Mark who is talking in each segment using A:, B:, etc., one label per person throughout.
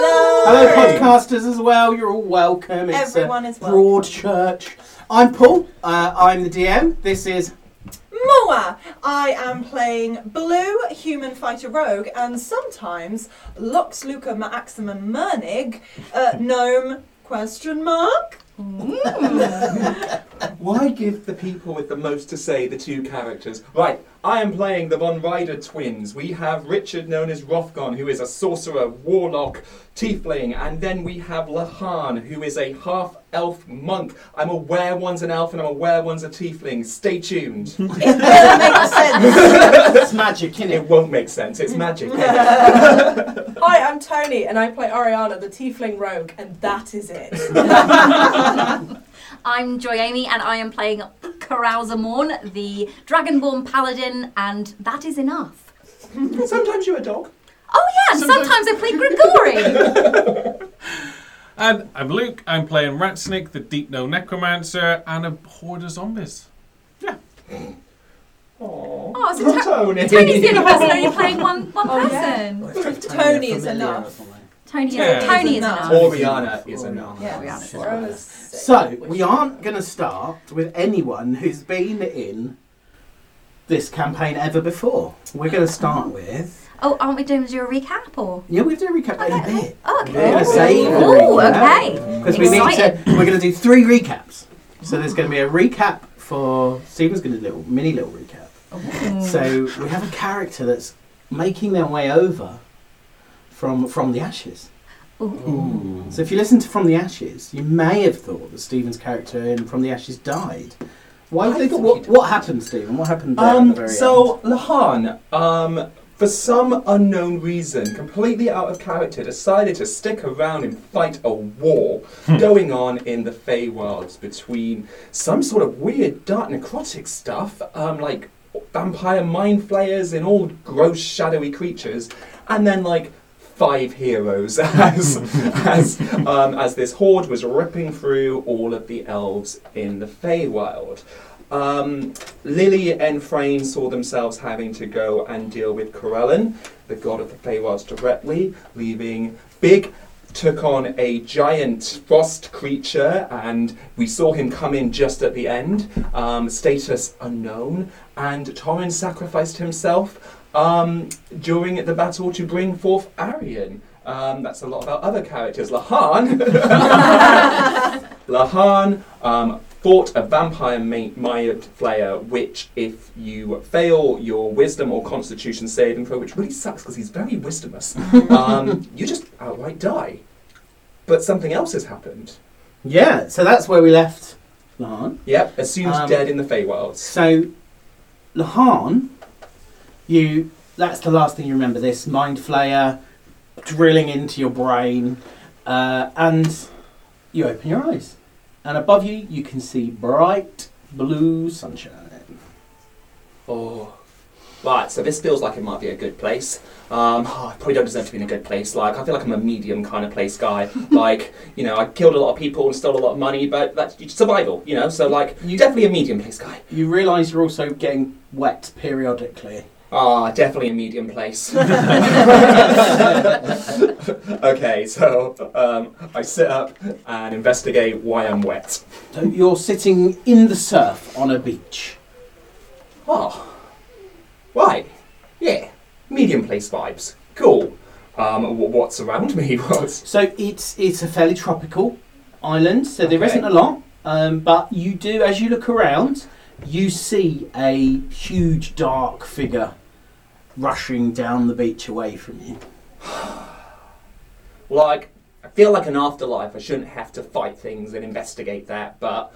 A: fellow
B: Hey!
A: podcasters as well. You're all welcome. It's uh,
B: Everyone is welcome.
A: broad church. I'm Paul. Uh, I'm the DM. This is
B: Moa! I am playing Blue, Human Fighter Rogue, and sometimes Lux Luca Maximum Mernig, uh, Gnome, question mark?
C: Why give the people with the most to say the two characters? Right, I am playing the Von Ryder twins. We have Richard, known as Rothgon, who is a sorcerer, warlock, tiefling, and then we have Lahan, who is a half elf monk. I'm aware one's an elf and I'm aware one's a tiefling. Stay tuned.
B: It doesn't make sense.
A: it's magic, innit?
C: it won't make sense, it's magic.
D: Hi, I'm Tony, and I play Ariana, the Tiefling Rogue, and that is it.
E: I'm Joy Amy, and I am playing Carousamorn, the Dragonborn Paladin, and that is enough.
C: Sometimes you're a dog.
E: Oh yeah, sometimes, I play Grigori.
F: And I'm Luke. I'm playing Ratsnick, the Deep No Necromancer, and a horde of zombies.
C: Aww.
E: oh, so Ta-
C: Tony.
E: Tony's the only person only playing one, one
D: Oh, yeah.
E: person.
B: Tony is enough.
E: Tony, is,
F: Yeah.
E: Tony is
B: Enough.
E: enough.
C: Oriana is enough.
B: Yeah.
A: So we aren't going to start with anyone who's been in this campaign ever before. We're going to start with
E: Oh, aren't we doing do a recap or?
A: yeah. We've done a recap in a bit.
E: Oh,
A: We're
E: okay.
A: going to save the
E: Ooh,
A: recap.
E: okay.
A: Because we need to,
E: Excited.
A: we're going to do three recaps. So there's going to be a recap for Stephen's going to do a little mini little recap. So we have a character that's making their way over from from the ashes. So if you listen to From the Ashes, you may have thought that Stephen's character in From the Ashes died. Why would
C: I
A: they
C: thought
A: what,
C: he
A: what happened, Stephen? What happened there at the
C: Um,
A: very
C: so Lahan, um, for some unknown reason, completely out of character, decided to stick around and fight a war
A: Hmm.
C: going on in the Feywilds between some sort of weird dark necrotic stuff, um, like vampire mind flayers and all gross shadowy creatures, and then like five heroes as as um, as this horde was ripping through all of the elves in the Feywild. Um, Lily and Frayne saw themselves having to go and deal with Corellon, the god of the Feywilds, directly, leaving Big took on a giant frost creature, and we saw him come in just at the end, um, status unknown, and Torrin sacrificed himself um, during the battle to bring forth Arian. Um, that's a lot about other characters. Lahan. Lahan um, fought a vampire ma- Maya Flayer, which, if you fail your wisdom or constitution saving throw, which really sucks because he's very wisdomous, um, you just outright die. But something else has happened.
A: end? Yeah, so that's where we left Lahan.
C: Yep, assumed
A: Um,
C: dead in the Feywilds.
A: So Lahan, you that's the last thing you remember, this mind flayer drilling into your brain. Uh, and you open your eyes. And above you you can see bright blue sunshine.
C: Oh. Right, so this feels like it might be a good place. Um, I probably don't deserve to be in a good place. Like, I feel like I'm a medium kind of place guy. like, you know, I killed a lot of people and stole a lot of money, but that's survival, you know? So, like,
A: You-
C: definitely a medium place guy.
A: You realise you're also getting wet periodically.
C: Ah, definitely a medium place. okay, so um, I sit up and investigate why I'm wet.
A: So you're sitting in the surf on a beach.
C: Oh, right, yeah, medium place vibes. Cool. Um, w- what's around me? What's
A: So it's it's a fairly tropical island, so there
C: Okay.
A: isn't a lot. Um, but you do, as you look around, you see a huge dark figure rushing down the beach away from you.
C: like? I feel like an afterlife. I shouldn't have to fight things and investigate that, but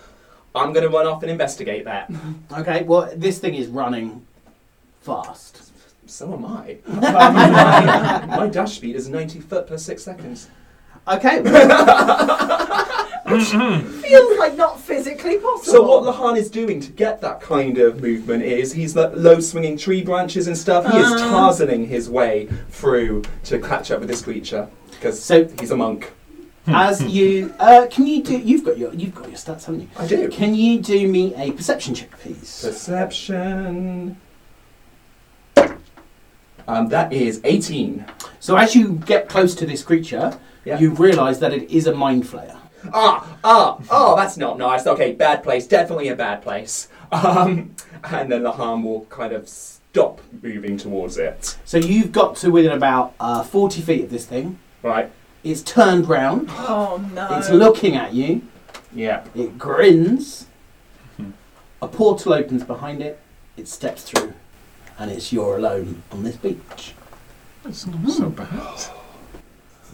C: I'm gonna run off and investigate that.
A: Okay, well this thing is running fast.
C: So am I. Um, my, my dash speed is 90 foot per six seconds.
A: Okay,
B: Feels like not physically possible.
C: So what Lahan is doing to get that kind of movement is he's like low swinging tree branches and stuff. He is tarzaning his way through to catch up with this creature because
A: So-
C: he's a monk.
A: as
C: Hmm.
A: you uh, can you do, you've got your you've got your stats, haven't you?
C: I do.
A: Can you do me a perception check, please?
C: Perception. Um, that is 18.
A: So as you get close to this creature,
C: Yeah.
A: you realise that it is a mind flayer.
C: Ah, ah, oh, that's not nice. Okay, bad place. Definitely a bad place. Um, and then the harm will kind of stop moving towards it.
A: So you've got to within about uh, 40 feet of this thing.
C: Right?
A: It's turned round.
B: Oh no.
A: It's looking at you.
C: Yeah.
A: It grins.
C: Hmm.
A: A portal opens behind it. It steps through, and it's you're alone on this beach.
F: It's not
A: Hmm.
F: so bad.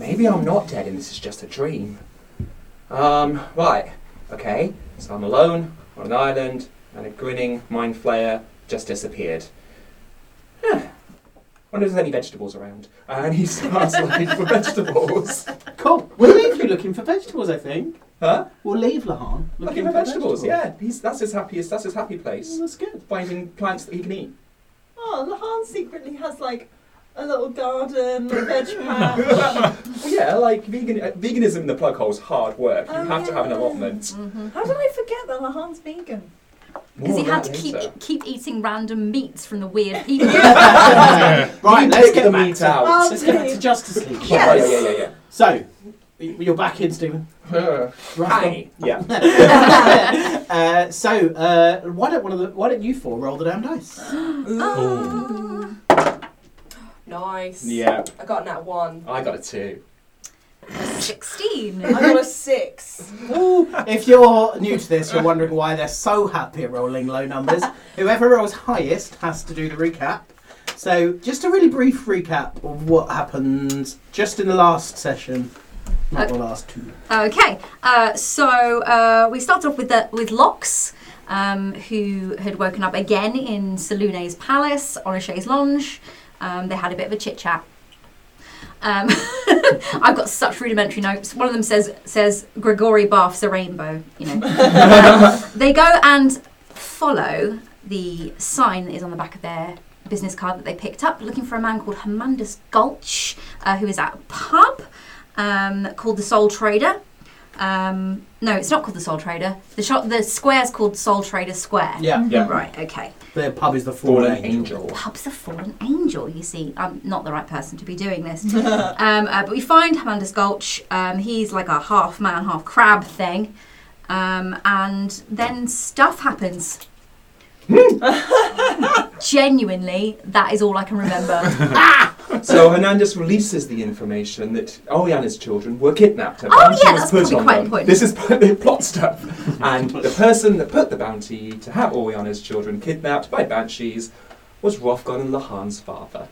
C: Maybe I'm not dead and this is just a dream. Um, right. Okay, so I'm alone on an island and a grinning mind flayer just disappeared. Huh. Wonder if there's any vegetables around. And he starts looking for vegetables.
A: Cool. We'll leave you looking for vegetables. I think
C: Huh?
A: we'll leave Lahan
C: Looking, for vegetables. Yeah, he's, that's his happiest. That's his happy place.
A: Well, that's good.
C: Finding plants that he can eat.
B: Oh, Lahan secretly has like a little garden, a veg patch.
C: Well, yeah, like vegan, uh, veganism in the plug hole's hard work. You
B: Oh,
C: have to have an
B: yeah.
C: allotment.
B: How did I forget that Lahan's vegan?
E: Because
C: More
E: he
C: on
E: had to
C: that
E: keep
C: later.
E: keep eating random meats from the weird people.
A: Right,
C: You
A: let's
C: take
A: get
C: the
A: back
C: meat
A: to-
C: out.
B: Oh,
A: Let's get back to
B: dear.
A: Justice League.
B: Yeah. Yes.
C: Oh, Yeah, yeah, yeah,
A: So, y- you're back in, Stephen.
C: yeah. Uh,
A: Right.
C: Hi. Yeah.
A: uh, so, uh, why don't one of the why don't you four roll the damn dice?
D: Ah. Nice.
C: Yeah.
D: I got that one.
C: I got a two.
E: Sixteen.
B: I got a six.
A: Ooh, if you're new to this, you're wondering why they're so happy at rolling low numbers. Whoever rolls highest has to do the recap. So, just a really brief recap of what happened just in the last session, not the last two.
E: Okay, uh, so uh, we start off with the, with Lox, um, who had woken up again in Salune's palace on a chaise lounge. Um, they had a bit of a chit chat. Um, I've got such rudimentary notes. One of them says says Grigori Barf's a rainbow. You know, they go and follow the sign that is on the back of their business card that they picked up, looking for a man called Hermandus Gulch, uh, who is at a pub um, called the Soul Trader. Um, no, it's not called the Soul Trader. The shop, the square's called Soul Trader Square.
A: Yeah,
C: Yeah.
E: Right. Okay.
A: the pub is the Fallen,
C: Fallen
A: Angel.
C: angel.
E: Pub's a fallen angel, you see. I'm not the right person to be doing this. um, uh, but we find Hermandus Gulch. Um, he's like a half man, half crab thing. Um, and then stuff happens. Genuinely, that is all I can remember.
C: So Hernandez releases the information that Ariana's children were kidnapped and
E: Oh,
C: bounty
E: yeah,
C: was
E: that's
C: put
E: probably
C: on
E: quite
C: them.
E: important.
C: This is p- plot stuff. And the person that put the bounty to have Oriana's children kidnapped by banshees was Rothgon and Lahan's father.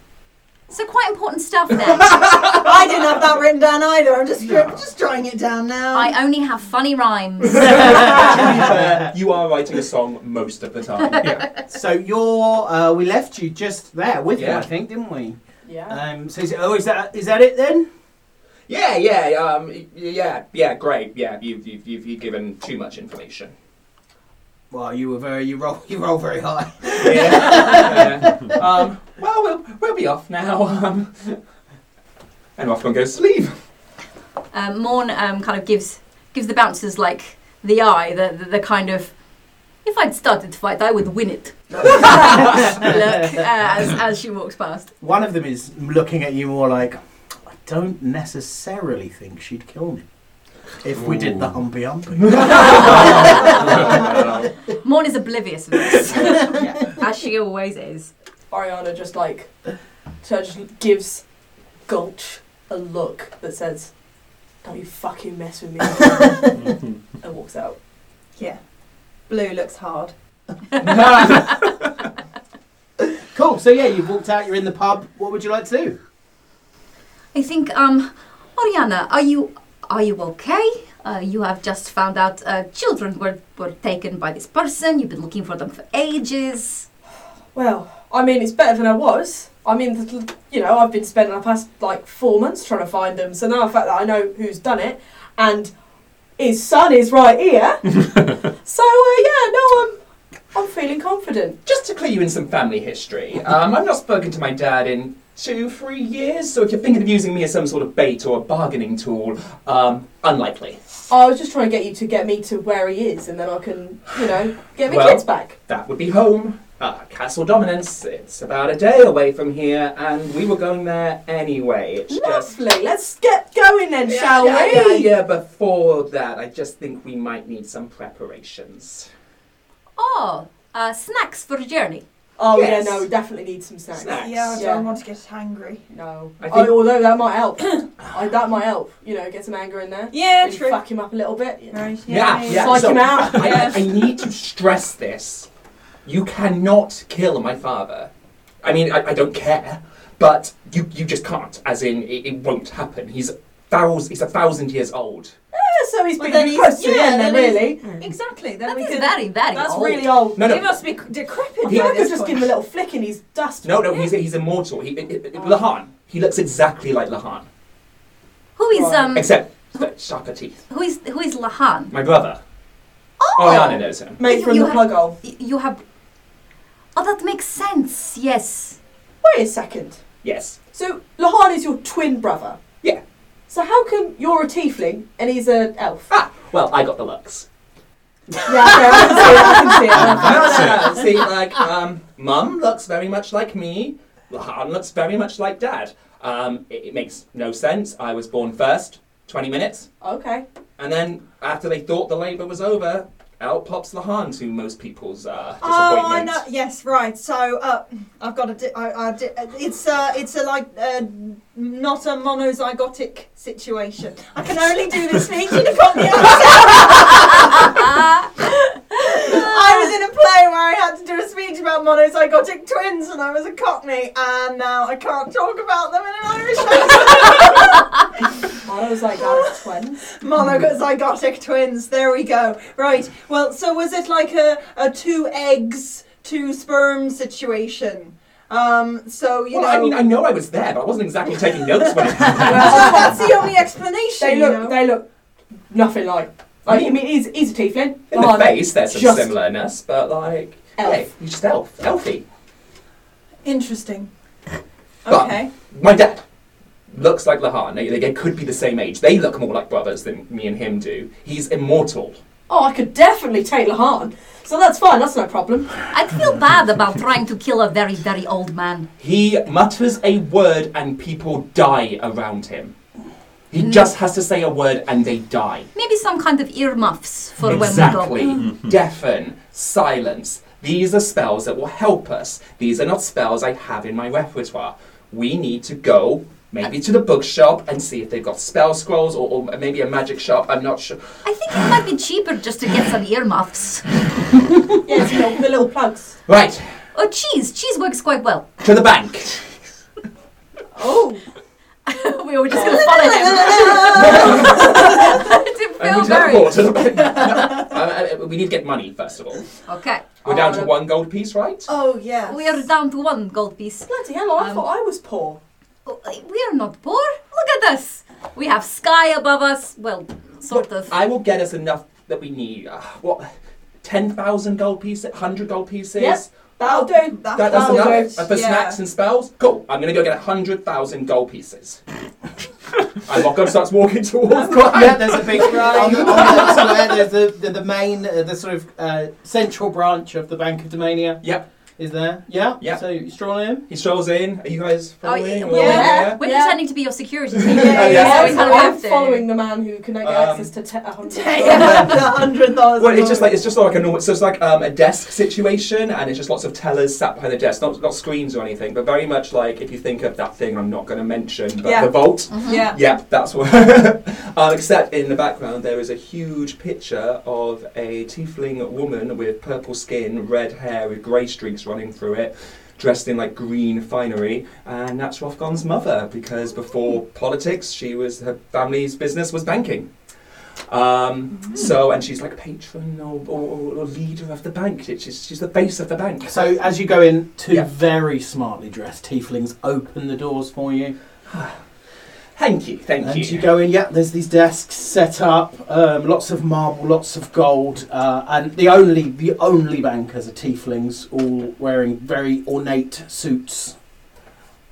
E: so quite important stuff there.
B: I didn't have that written down either. I'm just just drawing it down now.
E: I only have funny rhymes.
C: to be fair, you are writing a song most of the time. Yeah.
A: So you're, uh, we left you just there with you,
C: Yeah.
A: I think, didn't we?
D: Yeah.
A: Um, so is it, oh, is that is that it then?
C: Yeah, yeah, um, y- yeah, yeah, great. Yeah, you've, you've, you've, you've given too much information.
A: Well, you were very, you roll, you roll very high.
C: Yeah. yeah. Um, well, well, we'll be off now. Um, and Rothgon goes to leave.
E: um, Morn um, kind of gives gives the bouncers like the eye, the, the the kind of if I'd started to fight, I would win it. Look uh, as, as she walks past.
A: One of them is looking at you more like, I don't necessarily think she'd kill me if we did the humpy humpy.
E: Morn is oblivious of this, as she always is.
D: Ariana just like, so just gives Gulch a look that says, "Don't you fucking mess with me," and walks out.
B: yeah. Blue looks hard.
A: cool. So yeah, you've walked out. You're in the pub. What would you like to do?
E: I think, um, Oriana, are you are you okay? Uh, you have just found out uh, children were, were taken by this person. You've been looking for them for ages.
D: Well, I mean, it's better than I was. I mean, the- you know, I've been spending the past like four months trying to find them. So now the fact that I know who's done it, and his son is right here. so uh, yeah, no, I'm I'm feeling confident.
C: Just to clue you in some family history, um, I've not spoken to my dad in two, three years, so if you're thinking of using me as some sort of bait or a bargaining tool, um, unlikely.
D: I was just trying to get you to get me to where he is, and then I can, you know, get my
C: Well-
D: kids back.
C: That would be home, Ah, Castle Dominance. It's about a day away from here, and we were going there anyway. It's just.
D: Lovely. Let's get going then,
B: Yeah,
D: shall
B: yeah,
C: Yeah,
D: we?
C: yeah, before that, I just think we might need some preparations.
E: Oh, uh, snacks for the journey.
D: Oh
C: Yes.
D: yeah, no, we definitely need some snacks.
C: Snacks.
B: Yeah, I don't
D: Yeah.
B: want to get hungry.
D: No,
C: I think-
D: oh, although that might help. I, that might help. You know, get some anger in there.
B: Yeah,
D: Really
B: true.
D: Fuck him up a little bit. You know.
B: Right,
C: Yeah, yeah.
D: Psych
C: so
D: him out.
C: I,
B: Yeah.
C: I need to stress this. You cannot kill my father. I mean, I, I don't care, but you you just can't. As in, it, it won't happen. He's thousands. He's a thousand years old.
D: Yeah, so he's
B: Well,
D: been
B: then he's-
D: close to the
B: yeah,
D: end then,
B: then he's-
D: really.
B: Exactly. Then
E: That
B: we
E: is
B: can.
E: very, very
D: That's
E: old.
D: really old.
C: No,
B: He
C: no,
B: must be c-
D: I
B: decrepit.
D: feel
B: by
D: like I could
B: this
D: just
B: point.
D: give him a little flick and he's dust.
C: no, no. He's he's immortal. He it, it, it, Lahan. He looks exactly like Lahan,
E: Who is um?
C: except that sharper teeth.
E: Who is who is Lahan?
C: My brother. Oh, Ariana knows him.
D: Made
E: You-
D: from
E: you
D: the
E: have-
D: plug hole.
E: Y- You have. Oh, that makes sense. Yes.
D: Wait a second.
C: Yes.
D: So Lahan is your twin brother.
C: Yeah.
D: So how come you're a tiefling and he's an elf?
C: Ah. Well, I got the looks.
D: yeah, okay, I can see it. I can see it.
C: No, no, no. See, like, um, mum looks very much like me. Han looks very much like dad. Um, it, it makes no sense. I was born first, 20 minutes,
D: Okay.
C: and then after they thought the labour was over, out pops Lahan to most people's uh, disappointment.
B: Oh, I know. Yes, right. So uh, I've got a. Di- I, I di- uh, it's a. It's a like uh, not a monozygotic situation. I can only do this for each and I've got the answer. I was in a play where I had to do a speech about monozygotic twins, and I was a Cockney, and now I can't talk about them in an Irish accent.
D: I was like, that is twins.
C: Hmm.
B: monozygotic twins. There we go. Right. Well, so was it like a, a two eggs, two sperm situation? Um, so you
C: Well,
B: know,
C: I mean, I know I was there, but I wasn't exactly taking notes when it happened.
B: well, that's the only explanation.
D: They
B: you
D: look,
B: know.
D: they look nothing like. I mean, I mean he's, he's a tiefling.
C: In the
D: Lahan,
C: face, there's some
D: just
C: similarness, but like,
D: Elf.
C: hey, you just elf, elfie.
B: Interesting.
C: But-
B: Okay.
C: My dad looks like Lahan. They, they could be the same age. They look more like brothers than me and him do. He's immortal.
D: Oh, I could definitely take Lahan. So that's fine, that's no problem.
E: I'd feel bad about trying to kill a very, very old man.
C: He mutters a word and people die around him. He
E: Mm-hmm.
C: just has to say a word and they die.
E: Maybe some kind of earmuffs for
C: exactly.
E: when we go.
C: Deafen, silence. These are spells that will help us. These are not spells I have in my repertoire. We need to go maybe to the bookshop and see if they've got spell scrolls or, or maybe a magic shop. I'm not sure.
E: I think it might be cheaper just to get some earmuffs.
D: Yeah, it's the little, the little plugs.
C: Right,
E: Oh, cheese. Cheese works quite well.
C: to the bank.
D: Oh,
E: we were just going to follow him. to
C: And
E: feel
C: we teleport to
E: very.
C: the bank. No, uh, uh, we need to get money first of all.
E: Okay.
C: We're down to one gold piece, right?
B: Oh yeah.
E: We are down to one gold piece.
D: bloody hell, I
E: Um,
D: thought I was poor.
E: Oh, We are not poor. Look at us. We have sky above us. Well, sort of.
C: I will get us enough that we need. Uh, what? 10,000 gold pieces? 100 gold pieces?
D: Yep. That'll
C: Oh,
D: do.
B: That-
C: That, that's
D: That'll
C: enough
D: do.
C: Uh, for
B: yeah.
C: snacks and spells? Cool. I'm going to go get 100,000 gold pieces. and Rocco starts walking towards
A: Yeah,
C: Clyde.
A: there's a big on, the- on the square. There's the, the, the main, uh, the sort of uh, central branch of the Bank of Domania
C: Yep.
A: is there. Yeah.
C: Yeah.
A: So you stroll in.
C: He strolls in. Are you guys
E: Oh, yeah,
C: following?
E: we're-
C: or-
D: yeah.
E: We're
D: Yeah.
E: pretending to be your security team.
B: Yeah, yeah.
E: So we kind of
D: I'm
E: have to.
D: following the man who can now get
C: Um,
D: access to te- a hundred.
B: hundred thousand.
C: Well, it's just like it's just like a normal. So it's like um, a desk situation, and it's just lots of tellers sat behind the desk, not not screens or anything, but very much like if you think of that thing I'm not going to mention, but
B: Yeah.
C: the vault.
E: Mm-hmm.
B: yeah.
C: Yeah, that's what. um, except in the background, there is a huge picture of a tiefling woman with purple skin, red hair, with grey streaks running through it, dressed in like green finery, and that's Rothgon's mother because before politics, she was her family's business was banking. Um, so, and she's like patron or, or, or leader of the bank. She's, she's the face of the bank.
A: So as you go in, two
C: Yeah.
A: very smartly dressed tieflings open the doors for you.
C: Thank you, thank
A: and you. go in, yeah, there's these desks set up, um, lots of marble, lots of gold, uh, and the only the only bankers are tieflings, all wearing very ornate suits.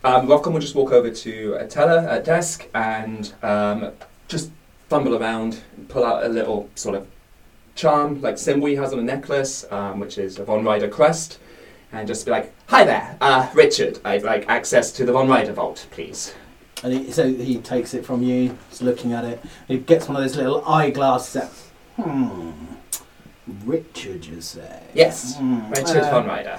C: Um, Rockham will just walk over to a teller at desk and um, just fumble around, pull out a little sort of charm, like symbol he has on a necklace, um, which is a Von Ryder crest. and just be like, "Hi there, uh, Richard. I'd like access to the Von Ryder vault, please."
A: And he, so he takes it from you, he's looking at it. He gets one of those little eyeglasses out. Hmm. Richard, you say?
C: Yes,
A: Hmm,
C: Richard
A: uh, oh,
C: Von Ryder.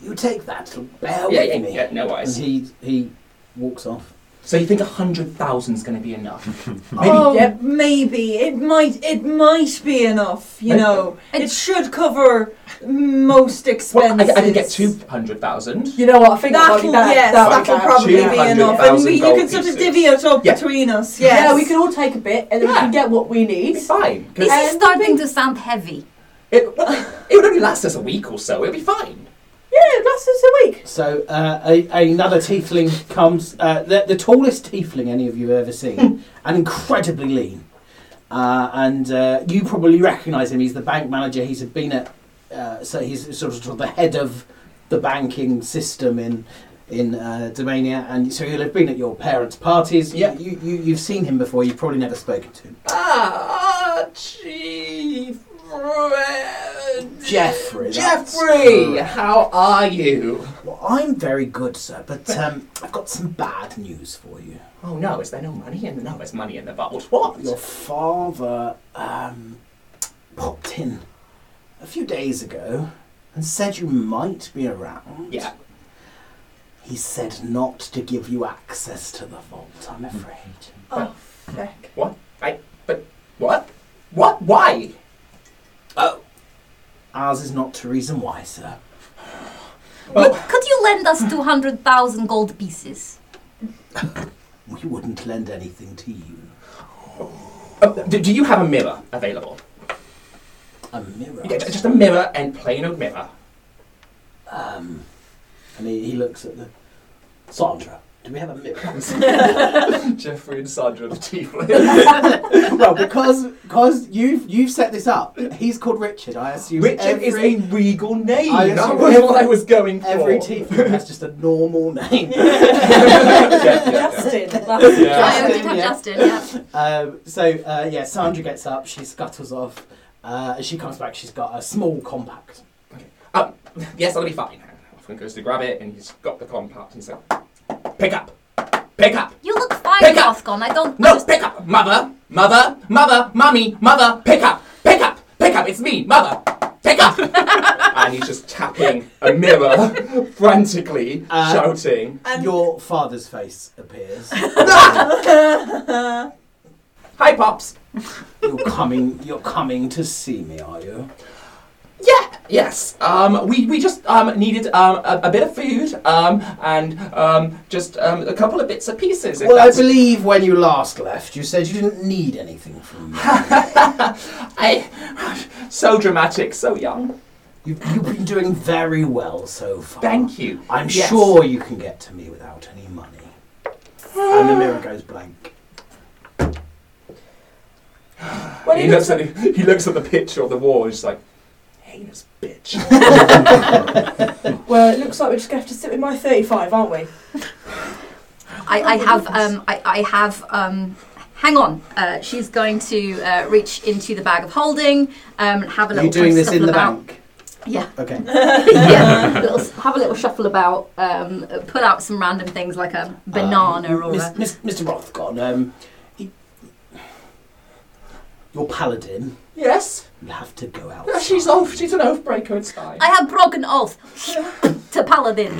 A: You take that, it'll bear
C: Yeah,
A: with
C: yeah,
A: me.
C: yeah. No
A: And
C: worries.
A: he, he walks off.
C: So you think a hundred thousand's going to be enough? Maybe.
B: Oh, maybe it might it might be enough. You
C: Maybe.
B: know,
E: And-
B: it should cover most
C: Well, I,
B: expenses.
C: I can get two hundred thousand.
D: You know what? I think that
B: That'll
D: might be better.
B: yes,
D: That
B: that'll
D: might
B: probably
D: better.
B: be enough, and
C: 200,000
B: we, you
C: gold
B: can sort of
C: pieces.
B: divvy it up
C: Yeah.
B: between us. Yes.
D: Yeah, we can all take a bit, and then we
C: Yeah.
D: can get what we need.
C: It'd be fine. 'cause
E: This is
D: Um,
E: starting to sound heavy.
C: it, well, it would only last us a week or so. It'll be fine.
D: Yeah, it lasts us a week.
A: So uh, a, another tiefling comes, uh, the, the tallest tiefling any of you have ever seen, and incredibly lean. Uh, and uh, you probably recognise him. He's the bank manager. He's been at, uh, so he's sort of, sort of the head of the banking system in in uh, Domania. And so he'll have been at your parents' parties.
C: Yeah.
A: you, you you've seen him before. You've probably never spoken to him.
C: Ah, Archie. Fred-
A: Jeffrey, that's
C: Jeffrey,
A: correct.
C: how are you?
A: Well, I'm very good, sir, but um, I've got some bad news for you.
C: Oh no, is there no money in the no? There's money in the vault. What?
A: Your father um, popped in a few days ago and said you might be around.
C: Yeah.
A: He said not to give you access to the vault, I'm
C: Mm-hmm.
A: afraid.
B: Oh, feck.
C: What? What? Why?
A: Ours is not to reason why, sir.
C: Well,
E: Look, could you lend us 200,000 gold pieces?
A: We wouldn't lend anything to you.
C: uh, do, do you have a mirror available?
A: A mirror.
C: Yeah, ju- just a mirror and plain old mirror.
A: Um, and he, he looks at the. Sandra, do we have a mirror?
C: Jeffrey and Sandra the Tiefling.
A: well, because because you've you've set this up. He's called Richard. I assume
C: Richard is
A: every-
C: a regal name.
A: I
C: that
A: assume
C: was
A: every-
C: what I was going for.
A: Every tiefling has just a normal name.
C: Yeah, yeah,
D: Justin.
E: Well,
C: Yeah.
E: I
A: Justin,
E: did have
A: yeah.
E: Justin, yeah.
A: um, so uh, yeah, Sandra gets up. She scuttles off. Uh, as she comes back, she's got a small compact.
C: yeah. Uh, Yes, I'll be fine. Often goes to grab it and he's got the compact and he's like, pick up, pick up.
E: You look fine,
C: Pick up.
E: Rothgon. I don't
C: No,
E: understand.
C: pick up! Mother! Mother! Mother! Mummy! Mother! Pick up! Pick up! Pick up! It's me! Mother! Pick up! and he's just tapping a mirror frantically,
A: Uh,
C: shouting.
B: And
A: Your father's face appears.
C: Hi, Pops!
A: you're coming. You're coming to see me, are you?
C: Yeah! Yes! Um, we, we just um, needed um, a, a bit of food um, and um, just um, a couple of bits and pieces. if
A: Well, I
C: that's-
A: believe when you last left, you said you didn't need anything from me.
C: I, so dramatic, so young.
A: You've, you've been doing very well so far.
C: Thank you.
A: I'm
C: Yes.
A: sure you can get to me without any money. and the mirror goes blank.
D: When
C: he,
D: he
C: looks
D: looks
C: at the, he looks at the picture on the wall and he's like, heinous bitch.
D: Well, it looks like we're just going to have to sit with my 35, aren't we?
E: I, I have, um, I, I have, um, hang on. Uh, she's going to uh, reach into the bag of holding, um, and have a
A: Are
E: little
A: you doing this in
E: scuffle
A: the
E: about.
A: bank?
E: Yeah.
A: Okay.
E: yeah, little, have a little shuffle about, um, pull out some random things like a banana
A: Um,
E: or
A: Miss-
E: a.
A: Miss- Mr. Rothcon, um, y- your paladin
C: yes?
A: will have to go out.
C: Yeah, she's off. She's an oath breaker. It's fine.
E: I have broken oath to Paladin.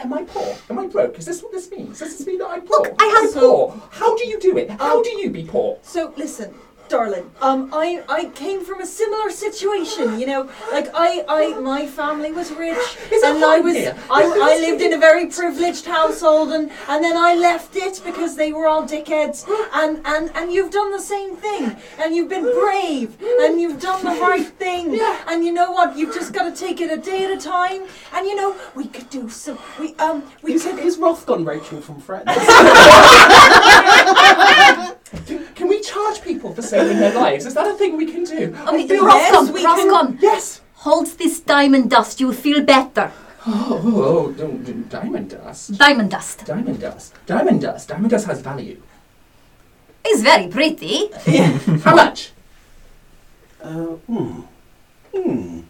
C: Am I poor? Am I broke? Is this what this means? Does this mean that I'm poor?
E: I have-
C: am poor. How do you do it? How do you be poor?
B: So listen, darling. Um, I I came from a similar situation. You know, like I I my family was rich,
C: Is that
B: and I
C: fine
B: was I,
C: here?
B: I lived in a very privileged household, and and then I left it because they were all dickheads. And and and you've done the same thing, and you've been brave, and you've done the right thing. And you know what? You've just got to take it a day at a time. And you know we could do some. We um we
A: Is,
B: could.
A: is Rothcon Rachel from Friends?
C: Do, can we charge people for saving their lives? Is that a thing we can do?
E: I mean,
C: feel-
B: yes,
E: Rothcon,
B: we can-
E: Rothcon,
C: Yes.
E: holds this diamond dust. You'll feel better.
C: Oh, oh, oh, don't- don't- diamond dust.
E: Diamond dust
C: Diamond dust. Diamond dust. Diamond dust has value.
E: is very pretty.
C: How much?
A: uh, hmm. Hmm.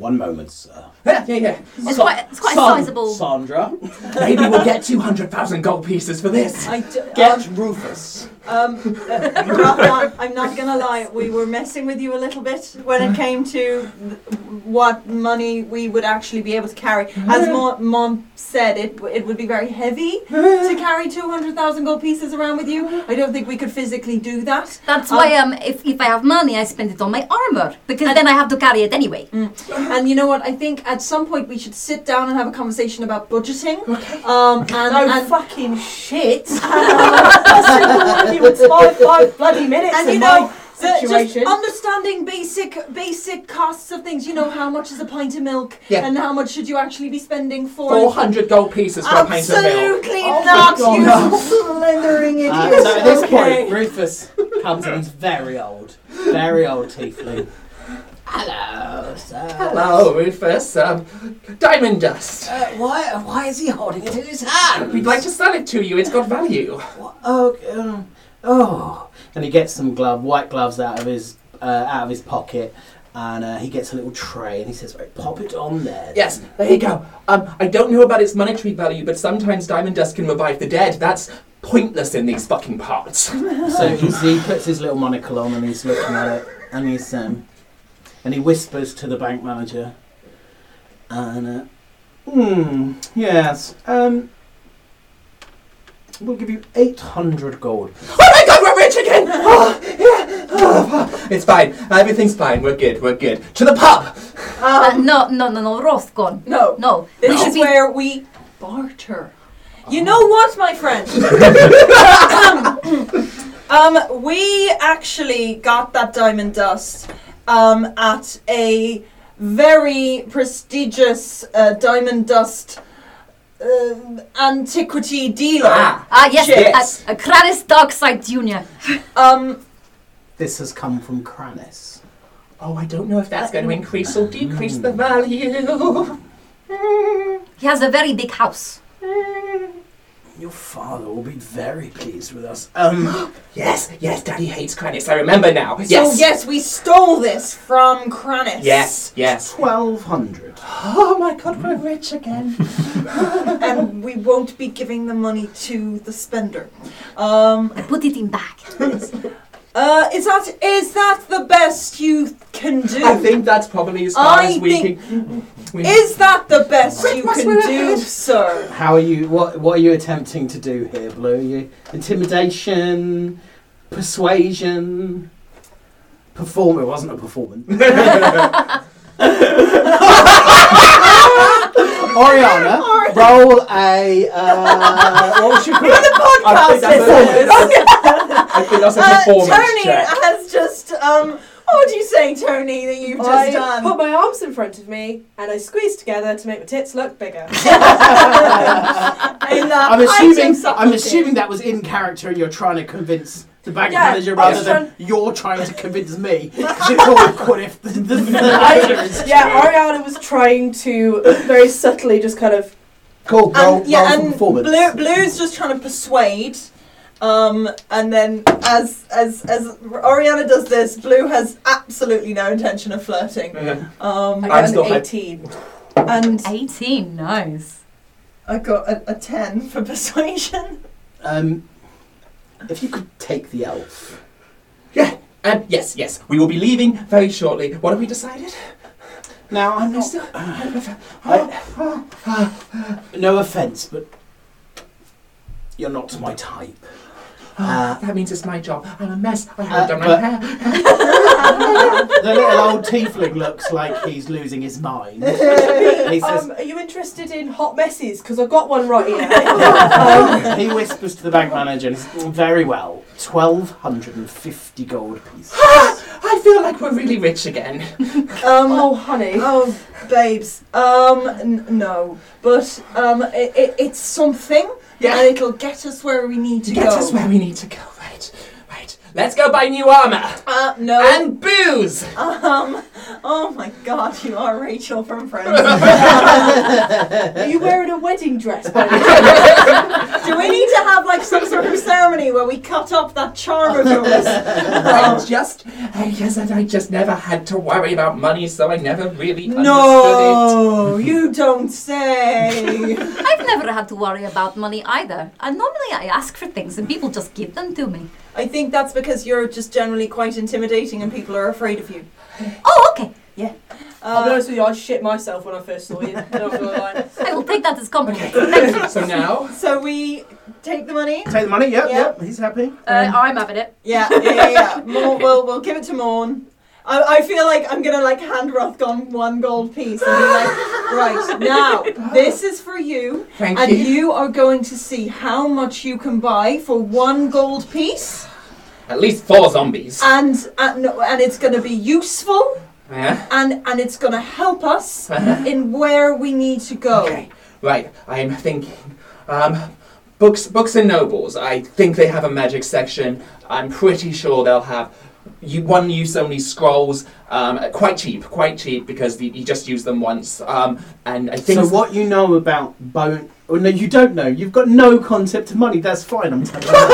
A: One moment, sir.
C: Yeah, yeah, yeah.
E: It's quite, it's quite a
A: Son-
E: sizable.
A: Sandra,
C: Maybe we'll get 200,000 gold pieces for this.
B: I d-
A: get Rufus.
B: Um, uh, I'm not- I'm not gonna lie, we were messing with you a little bit when it came to what money we would actually be able to carry. As Mo- Mom said, it w- it would be very heavy to carry 200,000 gold pieces around with you. I don't think we could physically do that.
E: That's why um, if, if I have money, I spend it on my armor because then I have to carry it anyway.
B: And you know what? I think at some point we should sit down and have a conversation about budgeting.
C: Okay.
B: Um, and,
D: No
B: and
D: fucking shit. That's the one you five, five bloody minutes
B: and
D: in
B: you know,
D: my
B: the- just
D: situation.
B: understanding basic basic costs of things. You know, how much is a pint of milk,
C: Yeah.
B: and how much should you actually be spending for?
C: 400 gold pieces for a pint of milk.
B: Absolutely
D: Oh my
B: not,
D: God.
B: you
C: No.
B: slithering idiot.
A: Uh, so at this
B: Okay.
A: point, Rufus comes in. He's very old, very old tiefling. Hello, sir.
C: Hello, Rufus. Um, diamond dust.
A: Uh, why, why is he holding it in his hand?
C: We'd like to sell it to you. It's got value.
A: What? Oh, um, oh! And he gets some glove, white gloves out of his uh, out of his pocket, and uh, he gets a little tray, and he says, "Right, pop it on there."
C: Yes, there you go. Um, I don't know about its monetary value, but sometimes diamond dust can revive the dead. That's pointless in these fucking parts.
A: So he's, he puts his little monocle on, and he's looking at it, and he's um, and he whispers to the bank manager, and uh, hmm, yes, um, we'll give you eight hundred gold.
C: Oh my god, we're rich again! Oh, yeah. Oh, it's fine. Everything's fine. We're good. We're good. To the pub!
E: Uh,
B: Um,
E: no, no, no, no, Roth gone.
B: no,
E: No,
B: this
E: it should
B: is
E: be-
B: where we barter. You know what, my friend? um, we actually got that diamond dust um, at a very prestigious uh, diamond dust uh, antiquity dealer.
C: Ah.
E: Ah, yes,
C: Yes.
E: Uh, uh, Kranis Darkside Junior.
B: Um,
A: This has come from Kranis.
C: Oh, I don't know if that's going to increase or decrease the value.
E: He has a very big house.
A: Your father will be very pleased with us. Um.
C: Yes, yes, Daddy hates credits. I remember now.
B: So
C: Yes.
B: yes, we stole this from Kranis.
C: Yes, yes.
A: 1200.
C: Oh my god, we're rich again.
B: and we won't be giving the money to the spender. Um,
E: Put it in back.
B: uh, is that is that the best you can do?
C: I think that's probably as far
B: I
C: as we
B: think-
C: can. We
B: is that the best you
C: Christmas
B: can
C: with a
B: do,
C: head.
B: sir?
A: How are you? What What are you attempting to do here, Blue? You intimidation, persuasion, perform. It wasn't a performance. Oriana, roll a. Uh, what was your
C: I think that's
A: Performance.
C: a- I think that's a
B: Uh,
C: performance
B: Tony
C: check.
B: has just um. What do you say, Tony? That you've just
D: I
B: done?
D: put my arms in front of me and I squeezed together to make my tits look bigger.
B: in that
A: I'm assuming.
B: item
A: I'm
B: supplement.
A: assuming that was in character, and you're trying to convince the bank
D: Yeah,
A: manager
D: I
A: rather
D: was
A: than you're trying to convince me. 'cause it's all what if the, the, the item is
D: yeah, Ariana was trying to very subtly just kind of
A: Cool, roll,
B: And, Um, yeah,
A: roll for
B: and
A: performance.
B: Blue, Blue's just trying to persuade. Um, and then as as as Oriana does this, Blue has absolutely no intention of flirting.
D: I
B: Um,
D: got
C: I'm still
D: an
C: high.
D: 18.
B: and
E: 18, nice.
B: I got a, a ten for persuasion.
A: Um, if you could take the elf.
C: Yeah. Um, yes, yes. We will be leaving very shortly. What have we decided?
A: Now, I'm
C: I'm
A: not.
C: still.
A: I- no offence, but you're not my type. Uh,
C: Ah, that means it's my job. I'm a mess. I haven't
A: Uh,
C: done my
A: but-
C: hair.
A: the little old tiefling looks like he's losing his mind. he says,
D: Um, are you interested in hot messes? Because I've got one right here.
A: he whispers to the bank manager, and he says, "Very well, twelve hundred and fifty gold pieces."
C: I feel like we're really rich again.
B: Um,
D: oh, honey.
B: Oh, babes. Um, n- no, but um, i i it's something,
C: Yeah.
B: and it'll get us where we need to
C: Get
B: go.
C: us where we need to go. Right, right.
G: Let's go buy new armor
B: Uh, no.
G: and booze.
B: um, oh my god, you are Rachel from Friends.
D: Are you wearing a wedding dress?
B: Do we need to have like some sort of ceremony where we cut off that charm of yours?
G: Oh.
C: I just, I guess I just never had to worry about money, so I never really understood
B: No, you don't say.
E: I've never had to worry about money either. And normally I ask for things and people just give them to me.
B: I think that's because you're just generally quite intimidating and people are afraid of you.
E: Oh, okay.
D: I'll be
B: Uh,
D: honest with you, I shit myself when I first saw you. Not gonna lie.
E: I will take that as compliment.
C: it. So now,
B: so we take the money.
A: Take the money. Yep,
B: Yeah.
A: yep. He's happy.
E: Uh, I'm having it.
B: Yeah, yeah, yeah. yeah. Maul- we'll, we'll give it to Morn. I, I feel like I'm gonna like hand Rothgon one gold piece and be like, right now, this is for you,
C: thank
B: and
C: you.
B: you are going to see how much you can buy for one gold piece,
C: At least four zombies.
B: and and, no, and it's gonna be useful,
C: Yeah?
B: and and it's gonna help us
D: Uh-huh.
B: in where we need to go.
C: Okay. Right, I'm thinking. Um, books, books and nobles. I think they have a magic section. I'm pretty sure they'll have you, one use only scrolls. Um, quite cheap, quite cheap because the, you just use them once. Um, and I think
A: So what you know about bone? Oh, no, you don't know. You've got no concept of money. That's fine. I'm telling you.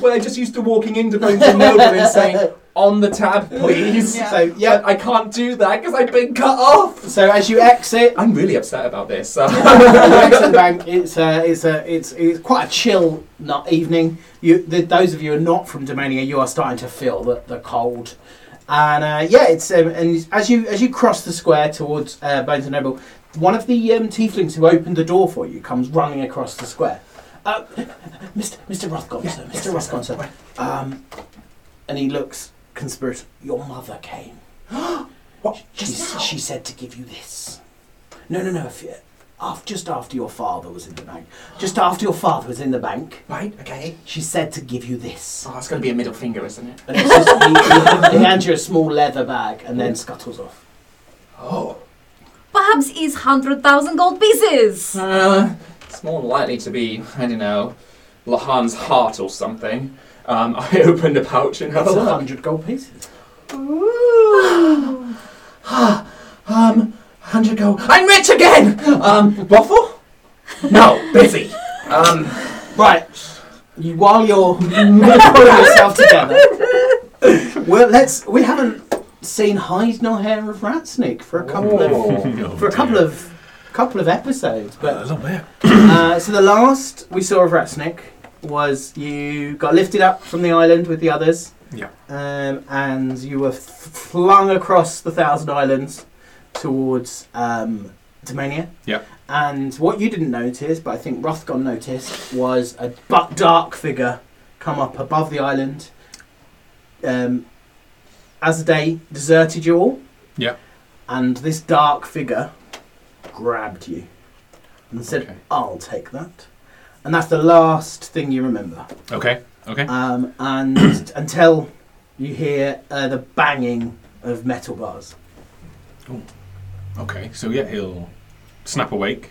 C: Well, I just used to walking into Barnes and Noble and saying, "On the tab, please."
B: Yeah.
A: So yeah.
C: But I can't do that because I've been cut off.
A: So as you exit,
C: I'm really upset about this. so-
A: Accent Bank. It's a, it's a, it's, it's quite a chill not evening. You, the, those of you who are not from Domania, you are starting to feel the, the cold. And uh, yeah, it's um, and as you as you cross the square towards uh, Bones and Noble, one of the um, tieflings who opened the door for you comes running across the square. Uh, Mr. Mr. Rothgon, sir, Mr. Rothgon, sir. Um, and he looks conspiratorial. Your mother came.
C: What?
A: She,
C: Just now?
A: she said to give you this. No, no, no. If you, af just after your father was in the bank, just after your father was in the bank,
C: right. Okay.
A: she said to give you this.
C: Oh, it's gonna be a middle finger, isn't it?
A: And it's just, he, he, he hands you a small leather bag and then scuttles off.
C: Oh.
E: Perhaps is 100,000 gold pieces.
C: Uh, it's more likely to be I don't know, Lahan's heart or something. Um, I opened a pouch and had
A: That's
C: a
A: a
C: look.
A: hundred gold pieces.
C: Um, hundred gold. I'm rich again. Um, waffle? No, busy. Um,
A: Right. You, while you're pulling yourself together, well, let's. We haven't seen hide nor hair of Ratsnick for a couple of
F: Oh,
A: Oh. for a couple of couple of episodes, but
F: A little bit.
A: Uh, so the last we saw of Ratsnick was you got lifted up from the island with the others.
F: Yeah.
A: Um, and you were f- flung across the Thousand Islands towards um, Domania.
F: Yeah.
A: And what you didn't notice, but I think Rothgon noticed, was a bu- dark figure come up above the island. Um, as the day deserted you all.
F: Yeah.
A: And this dark figure grabbed you and said,
F: Okay.
A: I'll take that. And that's the last thing you remember.
F: Okay. Okay.
A: Um, and until you hear uh, the banging of metal bars.
F: Okay. So yeah, he'll snap awake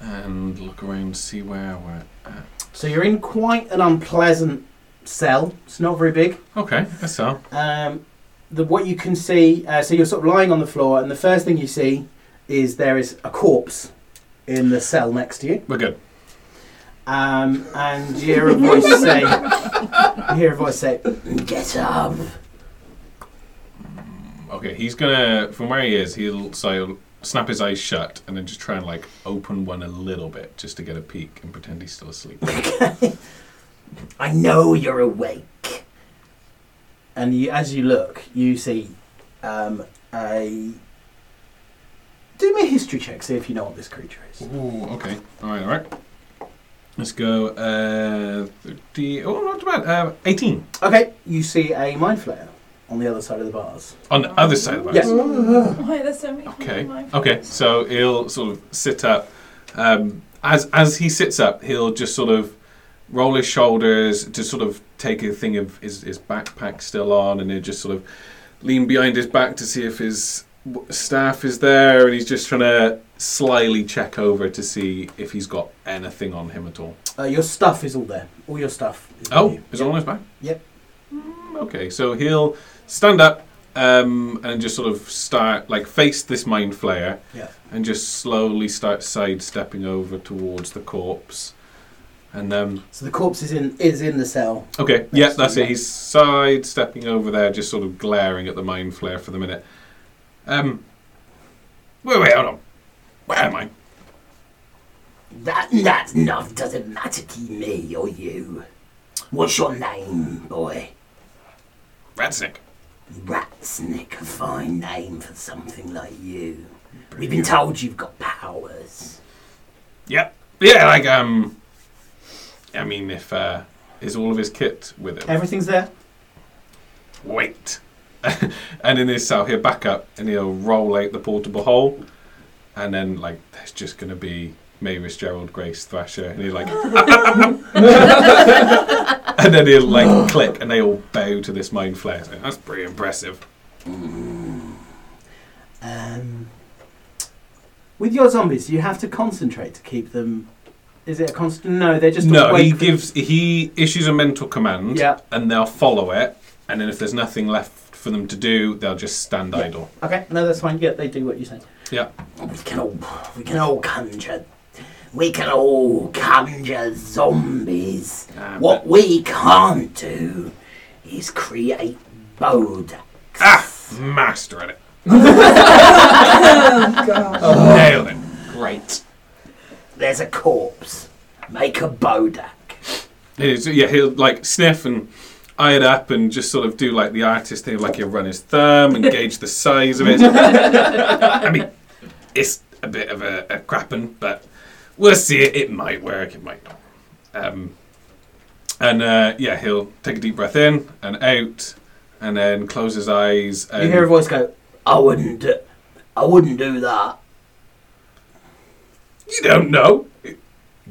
F: and look around, see where we're.
A: So you're in quite an unpleasant cell. It's not very big.
F: Okay. That's all.
A: Um, the, what you can see, uh, so you're sort of lying on the floor, and the first thing you see is there is a corpse in the cell next to you.
F: We're good.
A: Um, and you hear a voice say, you hear a voice say, get up.
F: Okay. He's gonna from where he is. He'll so he'll snap his eyes shut and then just try and like open one a little bit just to get a peek and pretend he's still asleep.
A: I know you're awake. And you, as you look, you see um, a. Do me a history check, see if you know what this creature is.
F: Ooh, okay. All right, all right. Let's go. Uh, 30. Oh, not too bad. Uh, 18.
A: Okay, you see a mind flayer on the other side of the bars.
F: On the other side of the
A: Yes.
F: house.
D: Why there's so many
F: Okay. Okay. So he'll sort of sit up. Um, as as he sits up, he'll just sort of roll his shoulders, just sort of take a thing of his, his backpack still on, and he'll just sort of lean behind his back to see if his w- staff is there, and he's just trying to slyly check over to see if he's got anything on him at all.
A: Uh, your stuff is all there. All your stuff. Is on
F: Oh,
A: you.
F: is it on his back?
A: Yep.
F: Mm, okay, so he'll stand up um, and just sort of start, like, face this mind flayer
A: Yeah.
F: and just slowly start sidestepping over towards the corpse. And um,
A: So the corpse is in is in the cell.
F: okay, yeah, that's
A: Yeah.
F: it. He's sidestepping over there, just sort of glaring at the mind flare for the minute. Um, wait, wait, hold on. Where am I?
H: That that enough doesn't matter to me or you. What's your name, boy?
F: Ratsnick.
H: Ratsnick, a fine name for something like you. We've been told you've got powers.
F: Yep. Yeah, like um, I mean, if uh, is all of his kit with him?
A: Everything's there.
F: Wait. and in his cell, he'll back up and he'll roll out the portable hole, and then like there's just gonna be Mavis Gerald Grace Thrasher, and he's like, and then he'll like click, and they all bow to this mind flare. So that's pretty impressive.
A: Um, with your zombies, you have to concentrate to keep them. Is it a constant? No, they're just
F: no,
A: awake
F: he
A: for-
F: gives he issues a mental command,
A: Yeah.
F: and they'll follow it, and then if there's nothing left for them to do, they'll just stand
A: Yeah.
F: idle.
A: Okay, no, that's fine. Yeah, they do what you say.
H: We can all we can all conjure we can all conjure zombies.
F: Ah,
H: What we can't do is create boda.
F: Ah, master at it.
D: God.
F: Nailed it.
C: Great.
H: There's a corpse. Make a boda.
F: He's, yeah, he'll like sniff and eye it up and just sort of do like the artist thing, like he'll run his thumb and gauge the size of it. I mean, it's a bit of a, a crappin', but we'll see. It, it might work, it might not. Um, and uh, yeah, he'll take a deep breath in and out, and then close his eyes. And
A: you hear a voice go.
H: I wouldn't do, I wouldn't do that.
F: You don't know. You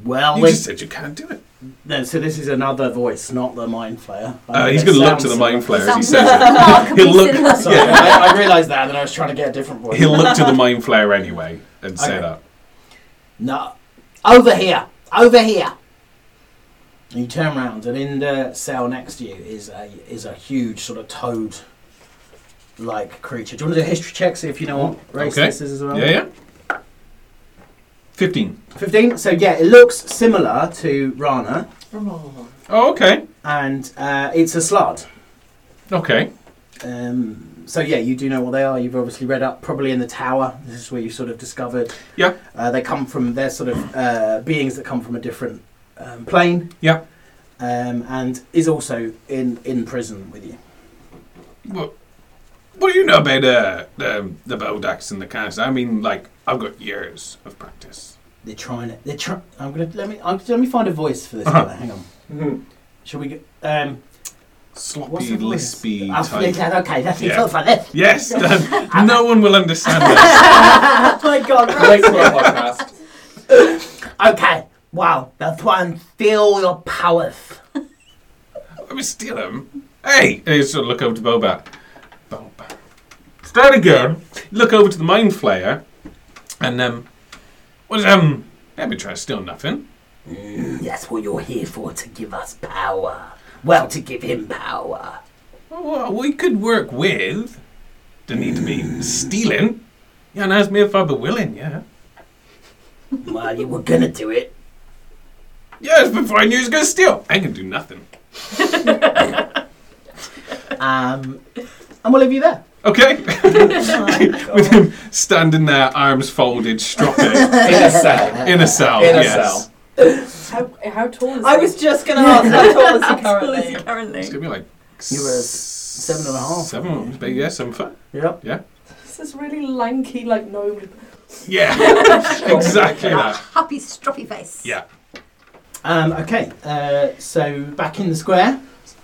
A: Well, they-
F: just said you can't do it.
A: no. So this is another voice, not the mind flayer.
F: Uh, he's going to look to the mind flare as he says it.
A: Oh,
E: Mark,
F: He'll look.
E: Beeson.
A: Sorry,
F: Yeah,
A: I, I realised that, and then I was trying to get a different voice.
F: he'll look to the mind flare anyway and say
A: Okay.
F: that.
A: No, over here, over here. And you turn round, and in the cell next to you is a is a huge sort of toad-like creature. Do you want to do a history check? See if you know what race
F: Okay.
A: this is as well.
F: Yeah, yeah. 15.
A: 15. So, yeah, it looks similar to Rana,
F: Oh, okay.
A: and uh, it's a slud.
F: Okay.
A: Um, so, yeah, you do know what they are. You've obviously read up, probably in the tower. This is where you sort of discovered.
F: Yeah.
A: Uh, they come from, they're sort of uh, beings that come from a different um, plane.
F: Yeah.
A: Um, and is also in, in prison with you.
F: What, what do you know about uh, the, the Bodax and the cast? I mean, like, I've got years of practice.
A: They're trying it. They're trying. I'm gonna let me. I'm, let me find a voice for this
F: Uh-huh.
A: guy. Hang on.
C: Mhm.
A: Shall we? Get, um. What's
F: Sloppy,
A: the voice?
F: lispy
A: oh,
F: type.
A: yeah, okay, that's
F: Yeah.
A: yeah. for this.
F: Yes, done. no one will understand this.
A: Oh My God,
C: Great for a podcast.
H: Okay. Wow. That's why I'm still your powers.
F: I mean, steal him. Hey! And he'll sort of look over to Bobat. Bobat. Start again. Look over to the Mind Flayer. And, um, what's, um, let me try to steal nothing.
H: That's what you're here for to give us power. Well, to give him power.
F: Well, we could work with. Don't need to be stealing. Yeah, and ask me if I'd be willing, yeah.
H: well, you were gonna do it.
F: Yes, before I knew he was going to steal. I can do nothing.
A: Um, and we'll leave you there.
F: Okay?
C: Oh
F: With him standing there, arms folded, stropping.
C: In a cell.
F: in a cell,
C: In a
F: yes.
C: cell.
D: How, how tall is
B: I
D: he?
B: was just going to ask how tall is he currently?
F: It's
E: currently.
F: going to be like.
A: You were seven and a half,
F: Seven,
C: Mm-hmm.
A: weren't
F: but yeah, seven foot.
A: Yep.
D: This is really lanky, like gnome.
F: Yeah, exactly that.
E: Happy stroppy face.
F: Yeah.
A: Um, okay. Uh, so back in the square.